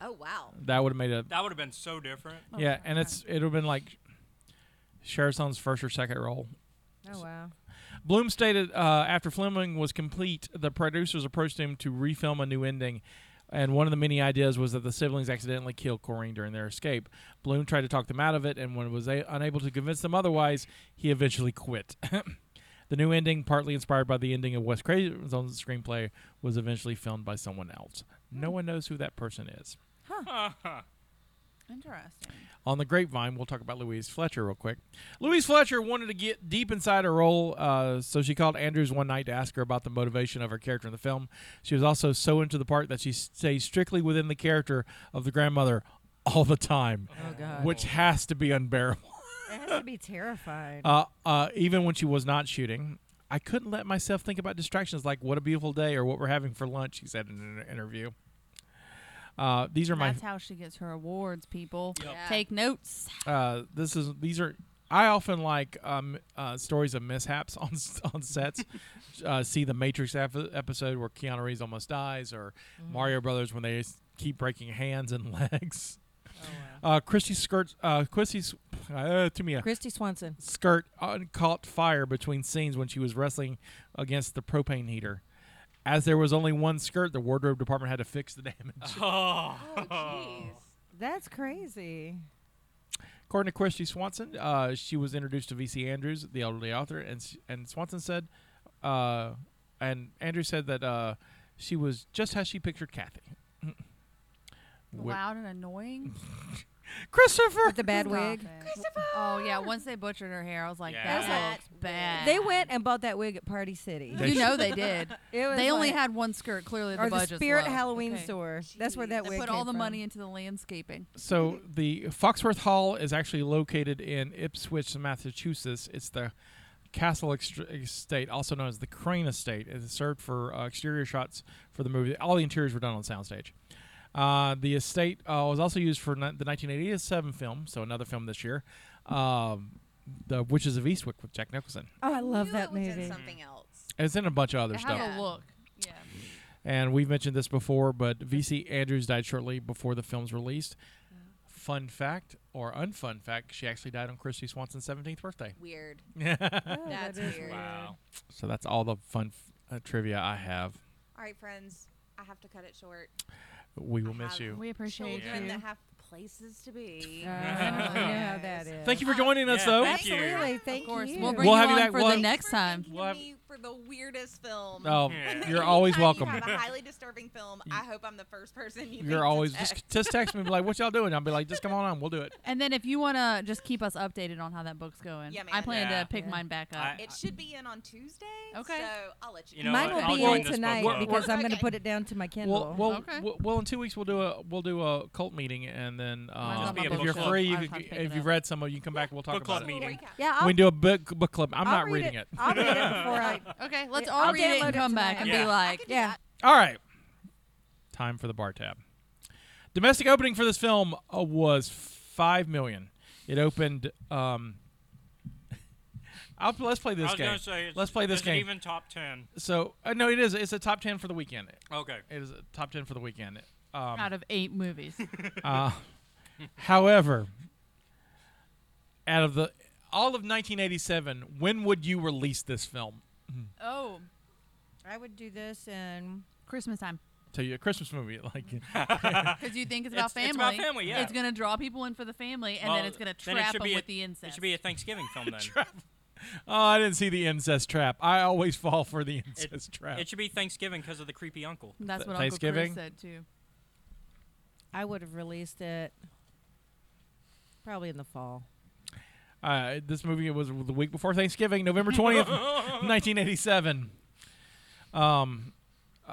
Oh wow. That would have made a That would have been so different. Oh, yeah, okay. and it's it'd have been like Sheridan's first or second role. oh wow. Bloom stated uh, after Fleming was complete, the producers approached him to refilm a new ending, and one of the many ideas was that the siblings accidentally killed Corrine during their escape. Bloom tried to talk them out of it, and when was a- unable to convince them otherwise, he eventually quit. the new ending, partly inspired by the ending of Wes Craven's own screenplay, was eventually filmed by someone else. No one knows who that person is. Interesting. on the grapevine. We'll talk about Louise Fletcher real quick. Louise Fletcher wanted to get deep inside her role, uh, so she called Andrews one night to ask her about the motivation of her character in the film. She was also so into the part that she stays strictly within the character of the grandmother all the time, Oh god. which has to be unbearable. That has to be terrifying. Uh, uh, even when she was not shooting, I couldn't let myself think about distractions like what a beautiful day or what we're having for lunch, he said in an interview. Uh, these are my That's how she gets her awards, people. Yeah. Take notes. uh, this is these are I often like um, uh, stories of mishaps on s- on sets. uh, see the Matrix ep- episode where Keanu Reeves almost dies, or Mario Brothers when they s- keep breaking hands and legs. Uh, Christy skirts. Uh, Christy's uh, to me a Christy Swanson. skirt uh, caught fire between scenes when she was wrestling against the propane heater. As there was only one skirt, the wardrobe department had to fix the damage. Oh, That's crazy. According to Christy Swanson, uh, she was introduced to V.C. Andrews, the elderly author, and s- and Swanson said, uh, and Andrews said that uh, she was just how she pictured Kathy. Wi- Loud and annoying. Christopher. With the bad Stop wig. it. Oh yeah, once they butchered her hair, I was like, Yeah. that That looks bad. They went and bought that wig at Party City. They you sh- know they did. It was They only like- had one skirt. Clearly, the or the budget's Spirit low. Halloween Okay. store. That's where that They wig. put came all the from. money into the landscaping. So the Foxworth Hall is actually located in Ipswich, Massachusetts. It's the Castle Extra- Estate, also known as the Crane Estate. It served for uh, exterior shots for the movie. All the interiors were done on soundstage. Uh, the estate uh, was also used for ni- the 1987 film, so another film this year, um, The Witches of Eastwick with Jack Nicholson. Oh, I love Knew that it was in movie. something else. It's in a bunch of other It stuff. had a Yeah. look. Yeah. And we've mentioned this before, but VC Andrews died shortly before the film's released. Fun fact or unfun fact, she actually died on Christy Swanson's 17th birthday. Weird. Oh, That's that is weird. wow. So that's all the fun f- uh, trivia I have. All right, friends. I have to cut it short. We will I miss have you. We appreciate Children you. that have places to be. Oh, I know how that is. Thank you for joining us, Yeah, though. thank you. Absolutely. Thank Of course, you. we'll bring We'll you have you on back- for we'll- the next time. Thanking We'll have- me for the weirdest film. Oh, Yeah. you're always Anytime welcome. You have a highly disturbing film. I hope I'm the first person you. think You're to always text. just just text me and be like, "What y'all doing?" I'll be like, "Just come on on, we'll do it." And then if you want to just keep us updated on how that book's going, Yeah, I man. plan Yeah. to pick Yeah. mine back up. I- It should be in on Tuesday. Okay. So I'll let you. You know Mine what? will I'll be join in this book tonight club. because I'm going to Okay. put it down to my Kindle. Well, well, Okay. well, well, in two weeks we'll do a we'll do a cult meeting, and then not um, my if book you're club. free, I you was can, trying to pick if it you've up. read some, of it, you can back. We'll talk Book about club it. We'll meeting. recap. yeah, We I'll, can do a book book club. I'm I'll not read reading it. I'll read it before I. Okay, let's Yeah, all I'll read it download and it come back tonight. and Yeah. be like, Yeah. All right. Time for the bar tab. Domestic opening for this film uh, was five million. It opened. Um, I'll, let's play I this was game. gonna say, it's- Let's play this is it game. even top ten. so uh, no, it is. It's a top ten for the weekend. Okay. It is a top ten for the weekend. Um, out of eight movies. uh, however, out of the all of 1987, when would you release this film? oh, I would do this and Christmas time. To you, a Christmas movie, like Because you think it's about It's- family. it's about family, yeah. It's going to draw people in for the family, and Well, then it's going to then it trap should them be a- with the incest. It should be a Thanksgiving film then. Oh, I didn't see the incest trap. I always fall for the It- incest trap. It should be Thanksgiving because of the creepy uncle. That's Th- what Thanksgiving? Uncle Chris said, too. I would have released it probably in the fall. uh, this movie was the week before Thanksgiving, November 20th, 1987. Um, uh,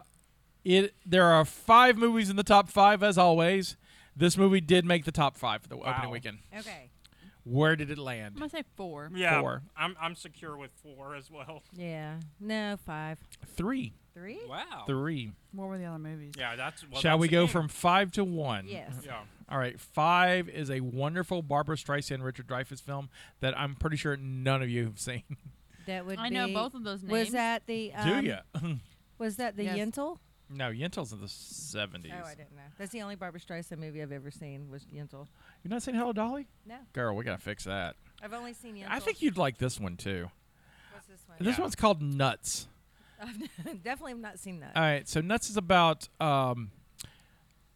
it there are five movies in the top five as always. This movie did make the top five for the opening Wow. weekend. Okay. Where did it I'm land? going to say four. Yeah, Four. I'm I'm secure with four as well. Yeah. No, five. Three, Three? Wow. three. What were the other movies? Yeah, that's. Oh. Well, Shall that's we the go game. from five to one? Yes. Yeah. All right, five is a wonderful Barbara Streisand, Richard Dreyfuss film that I'm pretty sure none of you have seen. That would I be. know both of those names. Was that the. Um, Do ya? Was that the Yes. Yentl? No, Yentl's in the seventies. Oh, I didn't know. That's the only Barbara Streisand movie I've ever seen was Yentl. You've not seen Hello Dolly? No. Girl, we gotta fix that. I've only seen Yentl. I think you'd like this one too. What's this one? This Yeah. one's called Nuts. Definitely have not seen that. All right, so Nuts is about um,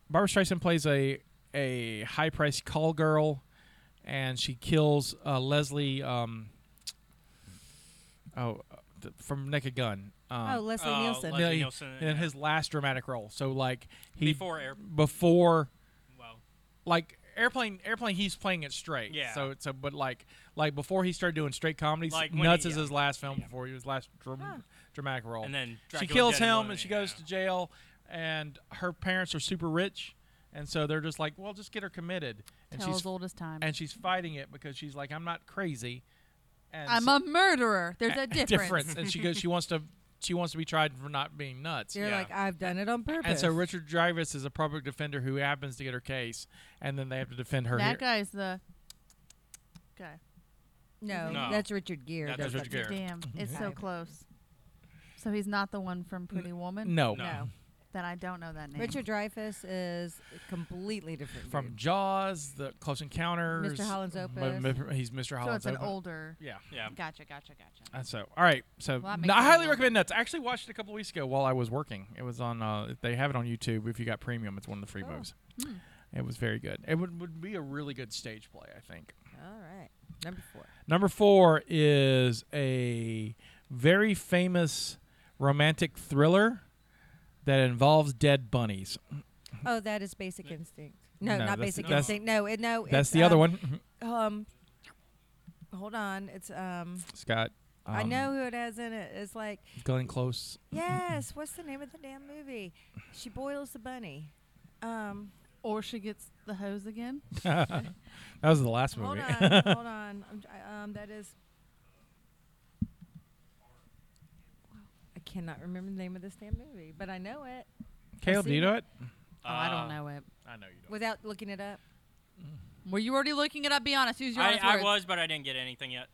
Barbara Streisand plays a a high priced call girl, and she kills uh, Leslie. Um, oh, uh, th- from Naked Gun. Um, oh, Leslie Oh, Nielsen. Leslie Yeah, he- Nielsen, in yeah. his last dramatic role. So like he Before air. before Well. like airplane airplane he's playing it straight. Yeah. So so but like like before he started doing straight comedies, Like when Nuts he- is yeah. his last film before he was last dram- dramatic role. And then she Dracula kills Dead and him and she Living, goes yeah. to jail and her parents are super rich and so they're just like, Well just get her committed. And Tell she's as old as time. and she's fighting it because she's like, I'm not crazy And I'm so- a murderer. There's a difference. difference. and she goes, she wants to, she wants to be tried for not being nuts. You're Yeah. like, I've done it on purpose. And so Richard Jarvis is a public defender who happens to get her case, and then they have to defend her. here. That guy's the guy. no, No. that's Richard Gere. That's does Richard that. Gere. Damn, it's so Okay. close. So he's not the one from Pretty Woman. No, No. No, Then I don't know that name. Richard Dreyfuss is a completely different. from dude. Jaws, the Close Encounters, Mr. Holland's m- Opus. m- He's Mr. So Holland's it's an Opus. older. Yeah. Yeah. Gotcha, gotcha, gotcha. And so, all right. So Well, that no, makes I it a highly little recommend Nuts. I actually watched it a couple weeks ago while I was working. It was on. Uh, they have it on YouTube. If you got premium, it's one of the free Oh. movies. It was very good. It would, would be a really good stage play, I think. All right, number four. Number four is a very famous romantic thriller that involves dead bunnies. Oh, that is Basic Instinct. No, No, not that's- Basic that's- Instinct. No, it, no. That's it's, the other um, one, Mm-hmm. Um, hold on. It's um, Scott. I um, know who it has in it. It's like, Glenn Close. yes. What's the name of the damn movie? She boils the bunny. Um, Or she gets the hose again. that was the last hold movie. on, hold on. I'm, try- um, that is. I cannot remember the name of this damn movie, but I know it Caleb, do you know it? oh, I Uh, don't know it. I know you don't. without looking it up. Were you already looking it up? Be honest. Use your I, honest I words. was, but I didn't get anything yet.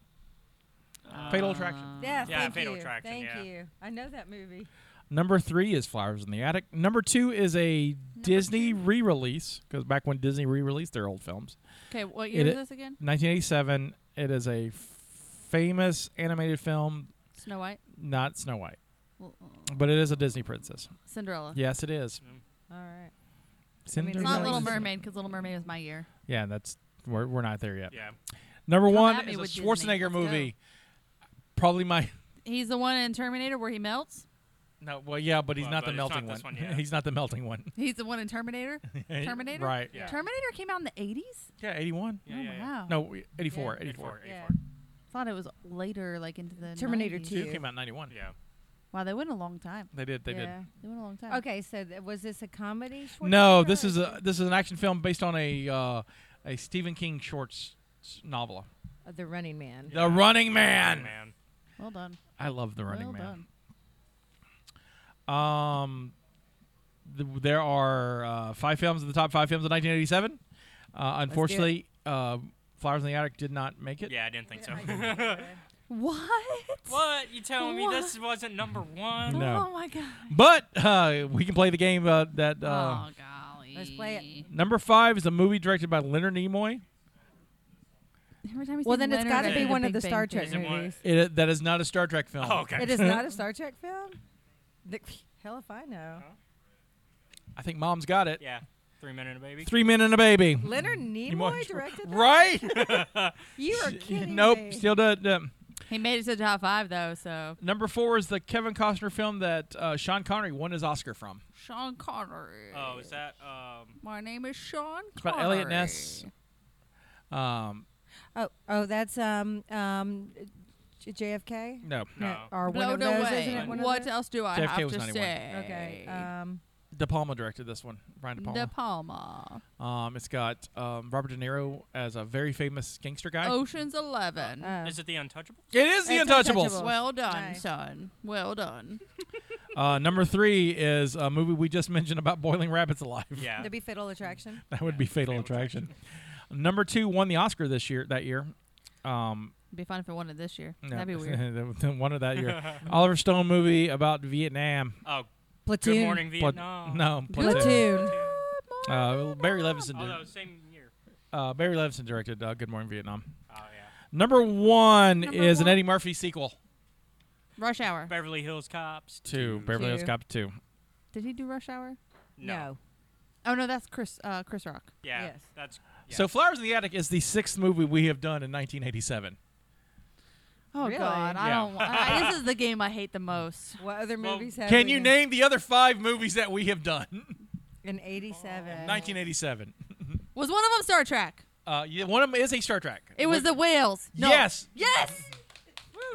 Ah. Fatal Attraction. Yeah, Yeah, thank Fatal you. Attraction, Thank yeah. you. I know that movie. Number three is Flowers in the Attic. Number two is a Disney re-release because back when Disney re-released their old films, Okay, what year It is i- this again? 1987. It is a f- famous animated film, Snow White, not Snow White, Well, uh, but it is a Disney princess. Cinderella. Yes, it is. All right. mean, Cinderella. it's It's not Cinderella. Little Mermaid because Little Mermaid was my year. Yeah, that's we're, we're not there yet. Yeah. Number Come one at me is a with Disney. Schwarzenegger Let's go. movie. Probably my He's the one in Terminator where he melts. no. Well, yeah, but he's Well, not but the it's not melting this one. one, yeah. he's not the melting one. He's the one in Terminator. Terminator? Right. Yeah. Terminator came out in the 80s. Yeah. 81. Yeah, oh yeah, yeah. wow. No, 84. Yeah. 84. 84, Yeah. 84. Thought it was later, like into the Terminator 90s. two. Two came out in 91. Yeah. Wow, they went a long time. They did. They did. yeah. They went a long time. Okay, so th- was this a comedy? No, Schwarzenegger, this or is a this is an action film based on a uh, a Stephen King short s- s- novel, Uh, The Running Man. The Running Man. Oh, Man. Well done. I love The Running well Man. done. Um, th- there are uh, five films in the top five films of 1987. Uh, unfortunately, uh, Flowers in the Attic did not make it. Yeah, I didn't think so. What? what? You telling me What? this wasn't number one? No. Oh my god. But uh, we can play the game uh, that. Uh, oh golly. Let's play it. Number five is a movie directed by Leonard Nimoy. Every time you Well, say then it's Leonard, got to I be think one of Big the Bang Star Theory. Trek Is it one- movies. It, that is not a Star Trek film. Oh, okay. It is not a Star Trek film. The, hell if I know. I think Mom's got it. Yeah. Three men and a baby. Three Men and a Baby. Leonard Nimoy directed. That? Right? You are kidding nope. me. Still did. Um, He made it to the top five though, so number four is the Kevin Costner film that uh, Sean Connery won his Oscar from. Sean Connery. Oh, is that um? My name is Sean Connery. about Elliot Ness. Um, Oh, oh, that's um um, J- JFK. no. No. or one Blown of those, away. isn't it? One what Of those? else do I JFK have was to 91. say? Okay. Um, De Palma directed this one. Brian De De Palma. Palma. um, it's got um, Robert De Niro as a very famous gangster guy. Oh, Ocean's Eleven. uh, Is it the Untouchable? It is The It's Untouchables. Untouchables. well done, Nice. son. Well done. Uh, number three is a movie we just mentioned about boiling rabbits alive. Yeah. the Fatal Attraction. That would be Fatal, Fatal Attraction. number two won the Oscar this year. That year. Um, It'd be fun if it won it this year. no. That'd be weird. one of that year. Oliver Stone movie about Vietnam. Oh, Platoon. Good Morning Pla- Vietnam. no, Platoon. Platoon. Uh, Barry Levinson Oh, Although did. same year. Uh, Barry Levinson directed uh, Good Morning Vietnam. Oh yeah. Number one Number is one. an Eddie Murphy sequel Rush Hour. Beverly Hills Cops. to Beverly Hills Two. Cop 2. Did he do Rush Hour? No. Oh no, that's Chris. Uh, Chris Rock. Yeah. Yes. That's. Yeah. So Flowers in the Attic is the sixth movie we have done in 1987. Oh Really? God, I Yeah. don't. wa- I, this is the game I hate the most. What other Well, movies have? Can we you done? name the other five movies that we have done? in in Oh, '87? 1987. Was one of them Star Trek? Uh, yeah, one of them is a Star Trek. It was the whales. No. Yes. Yes.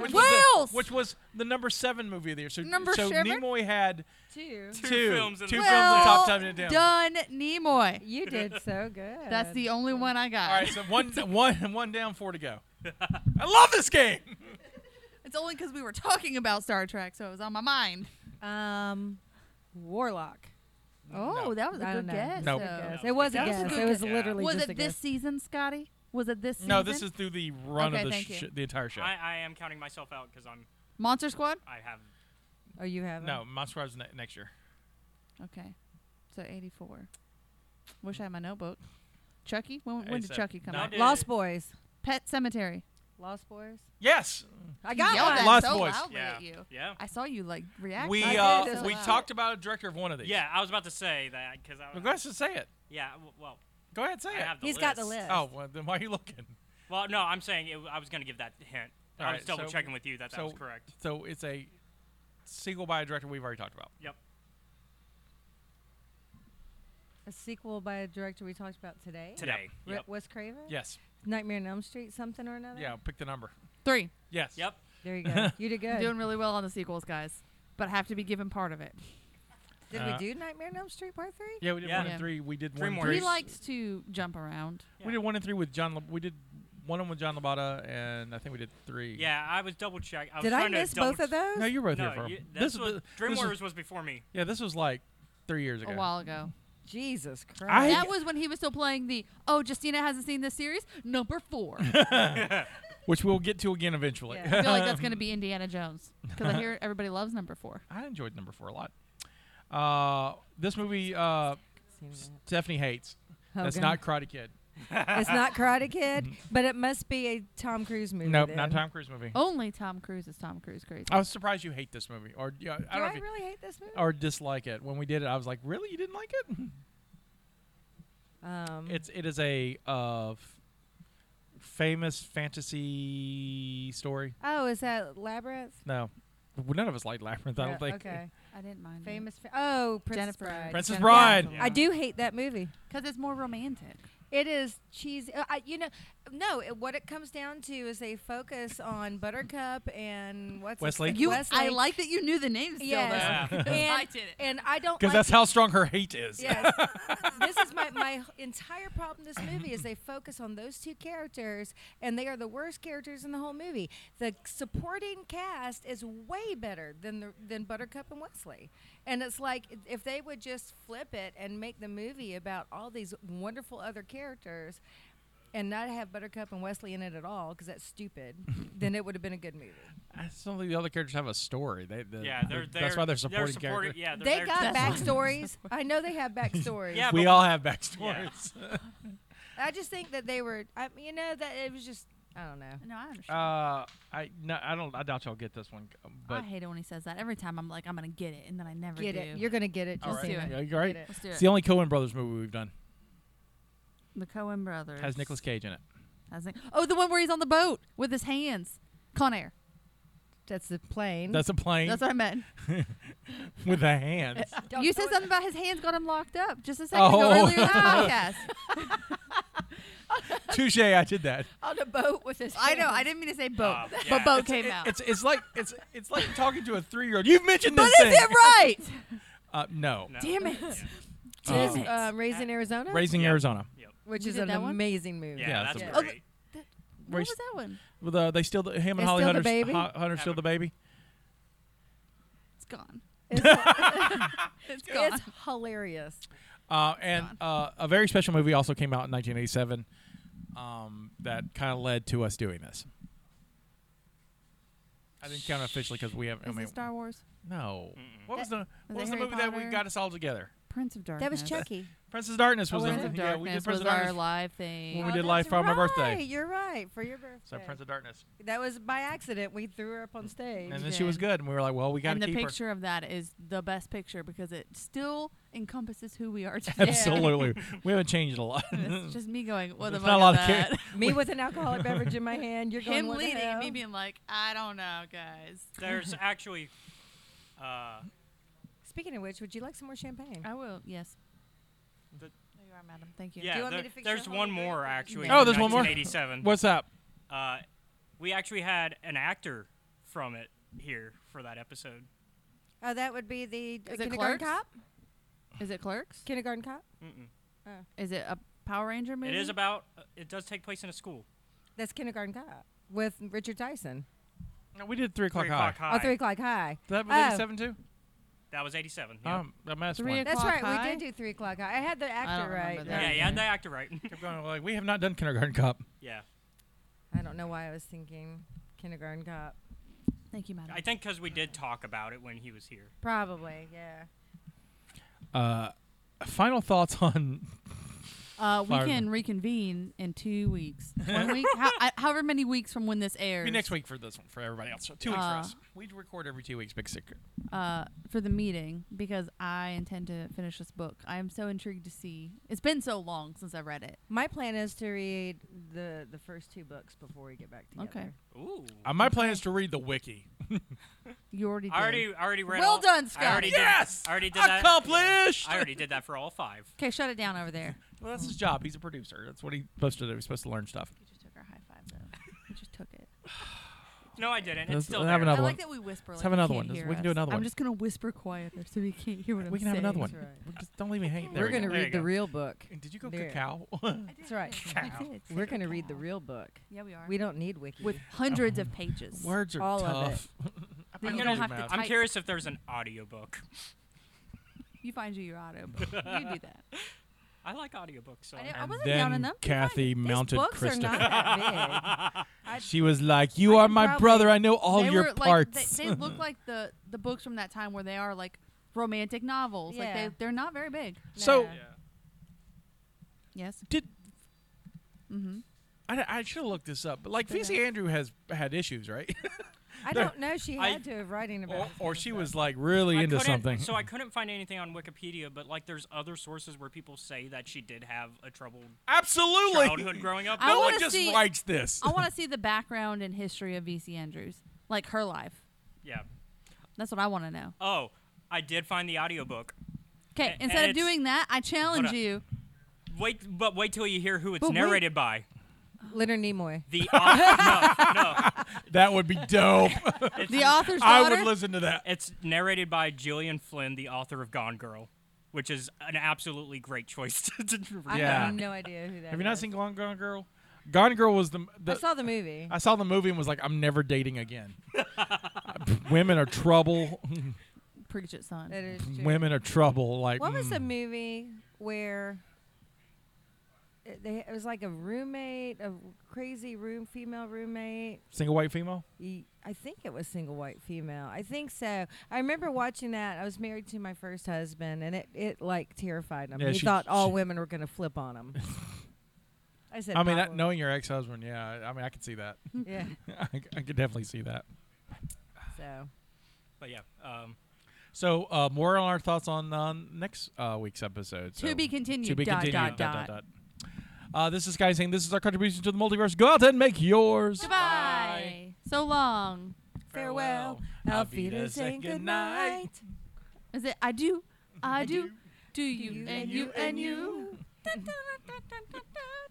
Which Was Whales. the, which was the number seven movie of the year. So, Number so seven? Nimoy had Two. two, Two films in two the- films in top Well ten and down. Done, Nimoy. You did so good. That's the only one I got. All right, so one, one, one down, four to go. I love this game. It's only because we were talking about Star Trek, so it was on my mind. Um, Warlock. Oh, that was a I good don't know. guess. Nope. though. Yes, it was a Oh, That was a guess. good it was guess. literally Was just a it this guess. season, Scotty? Was it this season? No, this is through the run Okay, of the thank sh- you. the entire show. I, I am counting myself out because I'm Monster Squad. I have Oh, you haven't. no, Monster Squad's ne- next year. Okay, so eighty-four. Wish I had my notebook. Chucky. When, when did 87. Chucky come No, out? dude. Lost Boys. Pet Cemetery. Lost Boys. Yes, I You got yelled one. at Lost so Boys. loudly yeah at you. yeah I saw you like react. we I uh, did, so we loud. talked about a director of one of these. yeah I was about to say that because I Well, go ahead and say it. yeah w- well Go ahead, say I it. have the He's list. got the list. Oh, well, then why are you looking? Well, no, I'm saying it, I was going to give that hint. All I right, was double so- checking with you that that was so- correct. So it's a sequel by a director we've already talked about. Yep. A sequel by a director we talked about today. Today. Ri- Yep. Wes Craven. Yes. Nightmare on Elm Street. Something or another. Yeah. Pick the number. Three. Yes. Yep. There you go. you did good. Doing really well on the sequels, guys, but have to be given part of it. did Uh, we do Nightmare on Elm Street Part Three? Yeah, we did Yeah. one and Yeah. three. We did Three one. more. and He He Bruce- three. likes to jump around. We did one and three with John. Le- we did one and with John Labata, and I think we did three. Yeah, I was double check. I was Did I trying to miss both double- of those? No, you were both here No, for you, them. this this was was Dream this Warriors was, was before me. yeah. This was like three years ago. A while ago. Jesus Christ. I- That was when he was still playing the oh Justina hasn't seen this series number four. I which we'll get to again eventually. Yeah. feel like that's gonna be Indiana Jones because I hear everybody loves number four. I enjoyed number four a lot. Uh, this movie uh, Seen that. Stephanie hates. That's Hogan. not Karate Kid. it's not Karate Kid, but it must be a Tom Cruise movie. Nope, not then. Tom Cruise movie. Oh. Only Tom Cruise is Tom Cruise crazy. I was surprised you hate this movie, or yeah, I Do don't I, know if you, really hate this movie? or dislike it. When we did it, I was like, really, you didn't like it? Mm-hmm. Um, It's Oh, it is a uh, f- famous fantasy story. oh, is that Labyrinth? No, Well, none of us like Labyrinth. I Yeah, don't think. Okay. I didn't mind it. Famous. Fa- oh, Princess Jennifer. Bride. Princess Jennifer- Bride. I do hate that movie. Because it's more romantic. It is cheesy. Uh, I, you know, no. It, what it comes down to is they focus on Buttercup and what's his Wesley. name? You, Wesley. I like that you knew the names. still, Yes. though. And- I didn't. and I don't Because like that's how strong her hate is. Yes. this is my, my entire problem with this movie is they focus on those two characters and they are the worst characters in the whole movie. The supporting cast is way better than the, than Buttercup and Wesley. And it's like if they would just flip it and make the movie about all these wonderful other characters and not have Buttercup and Wesley in it at all because that's stupid, then it would have been a good movie. I just don't think the other characters have a story. They, the, Yeah, they're, they're that's why they're supporting supporting- characters. Yeah, they're They there got to- backstories. I know they have backstories. Yeah, we but- all have backstories. I just think that they were, I, you know, that it was just, I don't know. No, I understand. Uh, I no, I don't. I doubt y'all get this one. uh, I But hate it when he says that. Every time I'm like, I'm gonna get it, and then I never Get do. it. You're gonna get it. all Just Let's right, do it. Yeah, you're right. Get it. It's Let's the do it. only Coen Brothers movie we've done. The Cohen brothers Has Nicolas Cage in it. Has Nic- oh, the one where he's on the boat with his hands. Con Air. That's the plane. That's a plane Mm. That's what I meant. with a hand. you said something about his hands got him locked up just a second Oh. ago earlier in the podcast. Touche. I did that. on a boat with his. I know. I didn't mean to say boat, Uh, yeah. but boat It's- came it- out. It's it's like it's it's like talking to a three year old. You've mentioned but this is thing. it right? Uh, no. No. Damn it! Damn it. um, Raising Arizona, Raising Yeah. Arizona. which You is did an that one? amazing movie. Yeah, Yeah, that's it's great. a- What Raise- was that one? With, uh, they still the, him They and Holly still the Hunter. baby? Hunter still the baby. It's gone. It's, gone. hilarious. Uh, and uh, a very special movie also came out in 1987 um, that kind of led to us doing this. I didn't count it officially because we haven't. I Is mean, it Star Wars? no. What was the Was What it was the Harry movie that we Potter? got us all together? Prince of Darkness. That was Chucky. Prince of Darkness was Oh, Prince the of movie. Darkness Yeah, we did Prince was of our Darkness. live thing. When we Oh, did Life that's for my birthday. right, You're right for your birthday. So Prince of Darkness, that was by accident. We threw her up on stage. and then she was did. good, and we were like, "Well, we got and to the keep her." picture of that is the best picture because it still encompasses who we are today. Absolutely, we haven't changed a lot. it's just me going, what the There's fuck not a is lot of that? care- Me with an alcoholic beverage in my hand. You're going Him "What the leading, hell?" and me being like, I don't know, guys. There's actually. Uh, Speaking of which, would you like some more champagne? I will. Yes. The- there you are, madam. Thank you. yeah, you want me there- to fix your there's whole one drink? more actually. No. Oh, there's one more? 1987. What's up? Uh, we actually had an actor from it here for that episode. oh, that would be the uh, Is it kindergarten Clerks? cop. Is it Clerks? Kindergarten cop. Mm-mm. Is it a Power Ranger movie? It is about. Uh, it does take place in a school. That's kindergarten cop. with Richard Tyson. No, we did three o'clock Three high. o'clock high. Oh, Three O'Clock High. That was Oh. eighty-seven too. That was 87. Yeah. Um, I messed Three one. o'clock. That's right. High? We did do Three O'Clock High. I had the actor remember right. that. yeah, yeah, the actor right. Kept going, like, we have not done kindergarten cop. yeah. I don't know why I was thinking Kindergarten Cop. Thank you, madam. I think because we did talk about it when he was here. Probably, yeah. Uh, final thoughts on Uh, we Fire- can reconvene in two weeks. One week, how, I, however many weeks from when this airs. be next week for this one for everybody else. So two weeks Uh, for us. We record every two weeks. Big secret. uh, for the meeting because I intend to finish this book. I am so intrigued to see. It's been so long since I read it. My plan is to read the the first two books before we get back together. Okay. Ooh. Uh, my plan is to read the wiki. You already did. I already, I already read. Well all- done, I Scott. already Yes! Did, I already did that. Accomplished. I already did that for all five. Okay, shut it down over there. Well, that's his job. He's a producer. That's what he's supposed to do. He's supposed to learn stuff. You just took our high five though. You just took it. No, I didn't. Let's It's still have there. another one. I like that we whisper. Let's have like you another can't one. Just- hear we can do us. another I'm one. just gonna whisper quieter so he can't hear what I'm We can have another one. saying. right. We Just don't leave me hanging. We're There we going to go. read the go. real book. And Did you go There. cacao? That's right. We did. We're Take going to it read the down. real book. Yeah, we are. We don't need wiki. with hundreds of pages. Words are All of it. tough. Then I'm you gonna- don't have to I'm I'm type. curious if there's an audiobook. You find you your auto. But you do that. I like audiobooks. So I, I'm- I wasn't down in Then them. Kathy mounted books are Christopher. not that She was like, "You I are can my probably- brother. I know all they your were, parts." Like, they, they look like the the books from that time where they are like romantic novels. Like Yeah. they they're not very big. big. So- Nah. Yes. Did Mm-hmm. I, I should have looked this up, but like Look it Fizzy Andrew has had issues, right? I don't know. She I- had to have writing about. or, this or kind of she stuff. was like really I into couldn't- something. So I couldn't find anything on Wikipedia, but like there's other sources where people say that she did have a troubled Absolutely. childhood growing up. I no one wanna just see- writes this. I want to see the background and history of VC Andrews, like her life. yeah. That's what I want to know. Oh, I did find the audiobook. A- Okay, and instead of it's- doing that, I challenge on. you. Wait, but wait till you hear who it's But wait- narrated by. Leonard Nimoy. The au- no, no, that would be dope. it's, The author's I daughter. would listen to that. it's narrated by Gillian Flynn, the author of Gone Girl, which is an absolutely great choice to, to I read. Yeah. have no idea who that Have you not is. seen Gone, Gone Girl? Gone Girl was the, the I saw the movie. I saw the movie and was like, I'm never dating again. Women are trouble. Preach it, son. That is true. Women are trouble. Like What was mm. the movie where it, they, it was like a roommate, a crazy room, female roommate? single white female? Ye- I think it was single white female. I think so. I remember watching that. I was married to my first husband, and it, it like terrified him. Yeah, he she- thought all she- women were going to flip on him. I said, I mean, that, "Probably." knowing your ex husband, yeah. I- I mean, I could see that. Yeah. I, c- I could definitely see that. So But yeah, um, So, uh, more on our thoughts on uh, next uh, week's episode. To So, be continued, To be dot, continued. dot, dot, dot. Uh, this is Guy saying this is our contribution to the multiverse. Go out and make yours. Goodbye. So long. farewell, Auf auf Wiedersehen, Wiedersehen, good goodnight. night. Is it? I do. I, do. Do you you and and you you and and you. you. Dun, dun, dun, dun, dun, dun, dun.